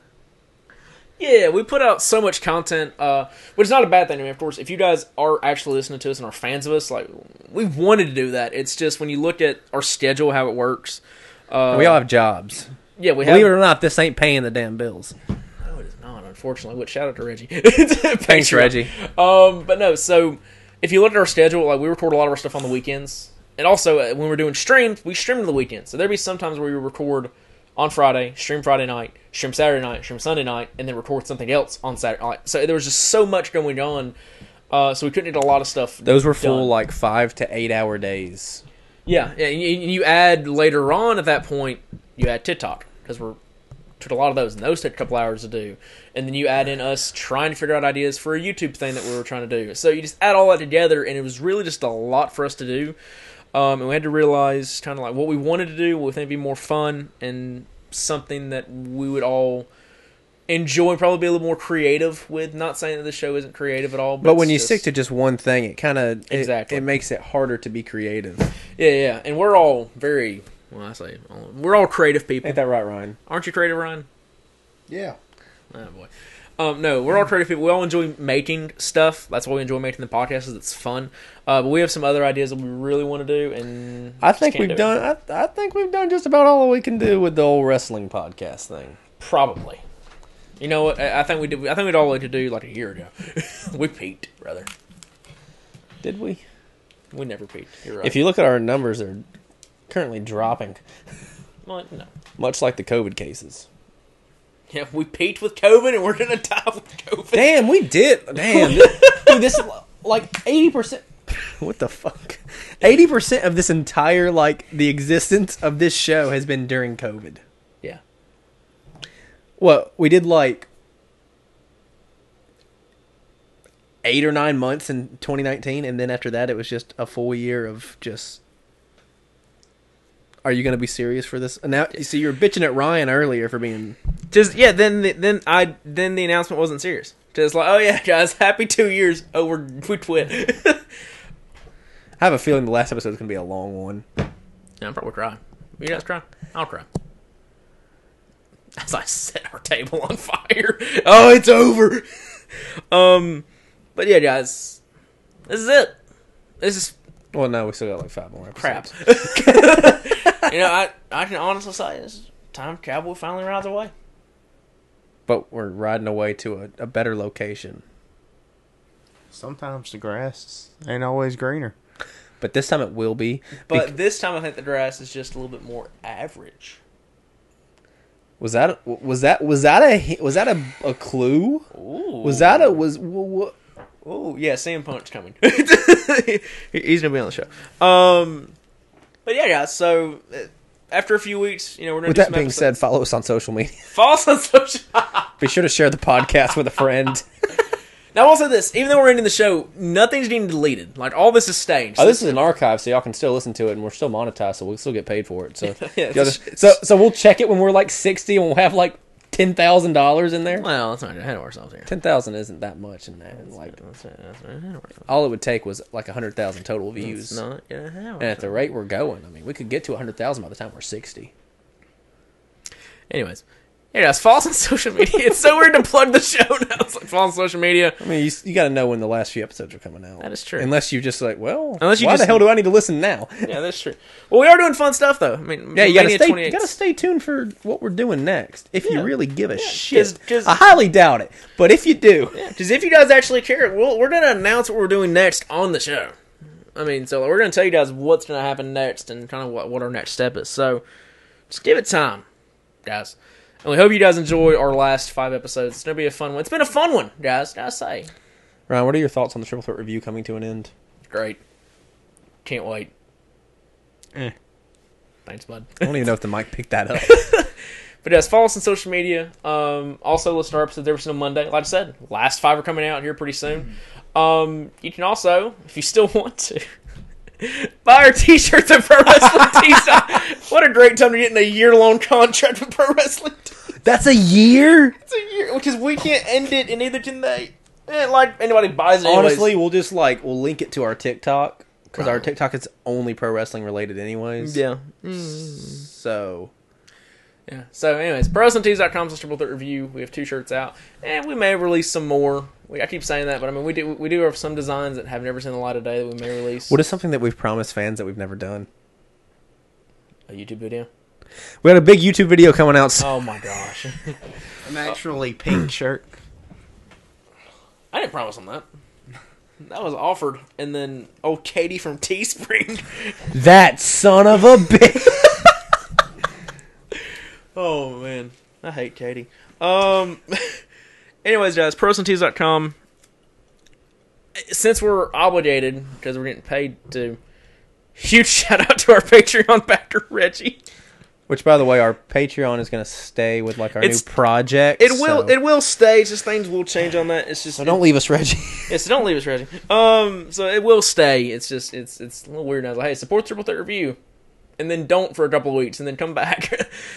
Speaker 2: Yeah, we put out so much content, uh, which is not a bad thing. I mean, of course, if you guys are actually listening to us and are fans of us, like we wanted to do that. It's just when you look at our schedule, how it works. Uh,
Speaker 4: we all have jobs.
Speaker 2: yeah, we have.
Speaker 4: Believe it or not, this ain't paying the damn bills.
Speaker 2: no, it is not, unfortunately. Which shout out to Reggie.
Speaker 4: Thanks,
Speaker 2: Thanks,
Speaker 4: Reggie.
Speaker 2: Um, but no, so if you look at our schedule, like we record a lot of our stuff on the weekends, and also uh, when we're doing streams, we stream to the weekend. So there'd be sometimes where we record on Friday, stream Friday night, stream Saturday night, stream Sunday night, and then record something else on Saturday night. So there was just so much going on. Uh, so we couldn't get a lot of stuff.
Speaker 4: Those were full
Speaker 2: done.
Speaker 4: like five to eight hour days.
Speaker 2: yeah. yeah, and you, and you add later on at that point, you add TikTok because we're took a lot of those, and those took a couple hours to do. And then you add in us trying to figure out ideas for a YouTube thing that we were trying to do. So you just add all that together, and it was really just a lot for us to do. Um, and we had to realize kind of like what we wanted to do, what we think would be more fun, and something that we would all enjoy, probably be a little more creative with. Not saying that the show isn't creative at all, but,
Speaker 4: But when
Speaker 2: it's
Speaker 4: you
Speaker 2: just-
Speaker 4: stick to just one thing, it kind of
Speaker 2: Exactly.
Speaker 4: it, it makes it harder to be creative.
Speaker 2: yeah, yeah, and we're all very. Well, I say all- we're all creative people.
Speaker 4: Ain't that right, Ryan?
Speaker 2: Aren't you creative, Ryan?
Speaker 3: Yeah.
Speaker 2: Oh boy. Um, no, we're all creative people. We all enjoy making stuff. That's why we enjoy making the podcast. Is it's fun. Uh, but we have some other ideas that we really want to do, and
Speaker 4: I
Speaker 2: just
Speaker 4: think
Speaker 2: can't
Speaker 4: we've
Speaker 2: do it.
Speaker 4: done. I, I think we've done just about all we can do with the old wrestling podcast thing.
Speaker 2: probably. You know what? I I think we did. I think we'd all like to do like a year ago. we peaked, rather.
Speaker 4: Did we?
Speaker 2: We never peaked. You're right.
Speaker 4: If you look at our numbers, they're currently dropping,
Speaker 2: well, no,
Speaker 4: much like the COVID cases.
Speaker 2: yeah, we peaked with COVID, and we're gonna die with COVID.
Speaker 4: Damn, we did. Damn, dude, this is like eighty percent. What the fuck? Eighty percent of this entire like the existence of this show has been during COVID.
Speaker 2: Yeah,
Speaker 4: Well, we did like eight or nine months in 2019, and then after that, it was just a full year of just. Are you going to be serious for this? And now, so you were bitching at Ryan earlier for being.
Speaker 2: just yeah. Then the, then I then the announcement wasn't serious. Just like, oh yeah, guys, happy two years. Oh, we're we quit.
Speaker 4: I have a feeling the last episode is going to be a long one.
Speaker 2: Yeah, I'm probably cry. You guys cry? I'll cry. As I set our table on fire. Oh, it's over. um, but yeah, guys, this is it. This is
Speaker 4: Well, no, we still got like five more. Episodes.
Speaker 2: crap. you know, I I can honestly say this time cowboy finally rides away.
Speaker 4: But we're riding away to a, a better location.
Speaker 3: Sometimes the grass ain't always greener.
Speaker 4: But this time it will be.
Speaker 2: But
Speaker 4: Bec-
Speaker 2: this time, I think the grass is just a little bit more average.
Speaker 4: was that was that was that a hi- was that a, a clue?
Speaker 2: Ooh.
Speaker 4: Was that a was what?
Speaker 2: Oh yeah, Sam Punk's coming. He- He's gonna be on the show. Um, but yeah, guys. So uh, after a few weeks, you know, we're gonna
Speaker 4: With
Speaker 2: do
Speaker 4: that
Speaker 2: some
Speaker 4: being
Speaker 2: episodes.
Speaker 4: said, follow us on social media.
Speaker 2: false on social.
Speaker 4: Be sure to share the podcast with a friend.
Speaker 2: now also this, even though we're ending the show, nothing's getting deleted. Like all this is staying. So
Speaker 4: Oh, this is an archive, so y'all can still listen to it, and we're still monetized, so we'll still get paid for it. So,
Speaker 2: Yeah,
Speaker 4: y'all just- so, so we'll check it when we're like sixty, and we'll have like ten thousand dollars in there.
Speaker 2: well, that's not gonna handle ourselves here.
Speaker 4: Ten thousand isn't that much in that. Like,
Speaker 2: That's not, that's not gonna handle ourselves.
Speaker 4: all it would take was like hundred thousand total views,
Speaker 2: It's not gonna handle
Speaker 4: and at
Speaker 2: ourselves.
Speaker 4: the rate we're going, I mean, we could get to hundred thousand by the time we're sixty.
Speaker 2: Anyways. Yeah, guys, follow us on social media. It's so weird to plug the show now. It's like follow us on social media.
Speaker 4: I mean, you, you got to know when the last few episodes are coming out.
Speaker 2: That is true.
Speaker 4: Unless you just like, well,
Speaker 2: Unless you
Speaker 4: why
Speaker 2: just-
Speaker 4: the hell do I need to listen now?
Speaker 2: Yeah, that's true. Well, we are doing fun stuff though. I mean,
Speaker 4: Yeah, you gotta
Speaker 2: Mania
Speaker 4: stay.
Speaker 2: 28 's-
Speaker 4: You gotta stay tuned for what we're doing next. If you really give a shit,
Speaker 2: 'cause- 'cause-
Speaker 4: I highly doubt it. But if you do,
Speaker 2: Because if you guys actually care, we'll, we're going to announce what we're doing next on the show. I mean, so we're going to tell you guys what's going to happen next and kind of what, what our next step is. So just give it time, guys. And we hope you guys enjoy our last five episodes. It's going to be a fun one. It's been a fun one, guys. I say.
Speaker 4: Ryan, what are your thoughts on the triple threat review coming to an end?
Speaker 2: Great. Can't wait.
Speaker 3: Eh.
Speaker 2: Thanks, bud.
Speaker 4: I don't even know if the mic picked that up.
Speaker 2: But yes, follow us on social media. Um, also, listen to our episodes every single Monday. Like I said, last five are coming out here pretty soon. Um, you can also, if you still want to, buy our t-shirts at Pro Wrestling Tees. What a great time to get in a year-long contract with Pro Wrestling Tees.
Speaker 4: That's a year.
Speaker 2: It's a year because we can't end it, and neither can they. Eh, like anybody buys it. anyways.
Speaker 4: Honestly, we'll just like we'll link it to our TikTok because our TikTok is only pro wrestling related, anyways.
Speaker 2: yeah.
Speaker 4: So
Speaker 2: Yeah. So, anyways, prosandtees.com slash triple threat review. We have two shirts out, and we may release some more. We, I keep saying that, but I mean, we do we do have some designs that have never seen the light of day that we may release.
Speaker 4: what is something that we've promised fans that we've never done?
Speaker 2: a YouTube video?
Speaker 4: We got a big YouTube video coming out. soon.
Speaker 2: Oh my gosh!
Speaker 3: An actually pink shirt.
Speaker 2: I didn't promise on that. That was offered, and then old Katie from Teespring.
Speaker 4: That son of a bitch.
Speaker 2: Oh man, I hate Katie. Um. anyways, guys, prosandtees.com. Since we're obligated because we're getting paid to, huge shout out to our Patreon backer Reggie.
Speaker 4: Which, by the way, our Patreon is going to stay with like our
Speaker 2: It's-
Speaker 4: new project.
Speaker 2: It will.
Speaker 4: so-
Speaker 2: It will stay. It's just things will change on that. It's just.
Speaker 4: so don't leave us, Reggie.
Speaker 2: It's, don't leave us, Reggie. Um. So it will stay. It's just. It's. It's a little weird. now. It's like, hey, support Triple Threat Review, and then don't for a couple of weeks, and then come back.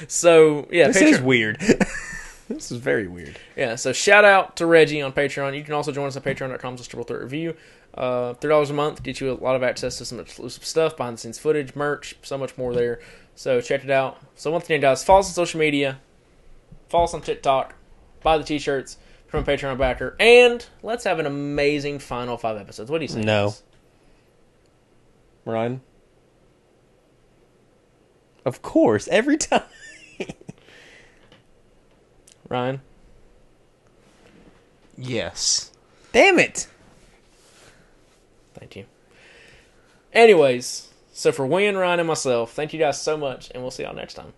Speaker 2: so yeah,
Speaker 4: this
Speaker 2: Patreon-
Speaker 4: is weird. this is very weird.
Speaker 2: yeah. So shout out to Reggie on Patreon. You can also join us at patreon.com slash triple threat review. Uh, three dollars a month gets you a lot of access to some exclusive stuff, behind the scenes footage, merch, so much more there. So check it out. So once again, guys, follow us on social media, follow us on TikTok, buy the t-shirts, become a Patreon backer, and let's have an amazing final five episodes. What do you say?
Speaker 4: No.
Speaker 2: guys?
Speaker 4: Ryan? Of course, every time.
Speaker 2: Ryan.
Speaker 3: Yes.
Speaker 4: Damn it.
Speaker 2: Thank you. Anyways, so for Wayne, Ryan, and myself, thank you guys so much, and we'll see y'all next time.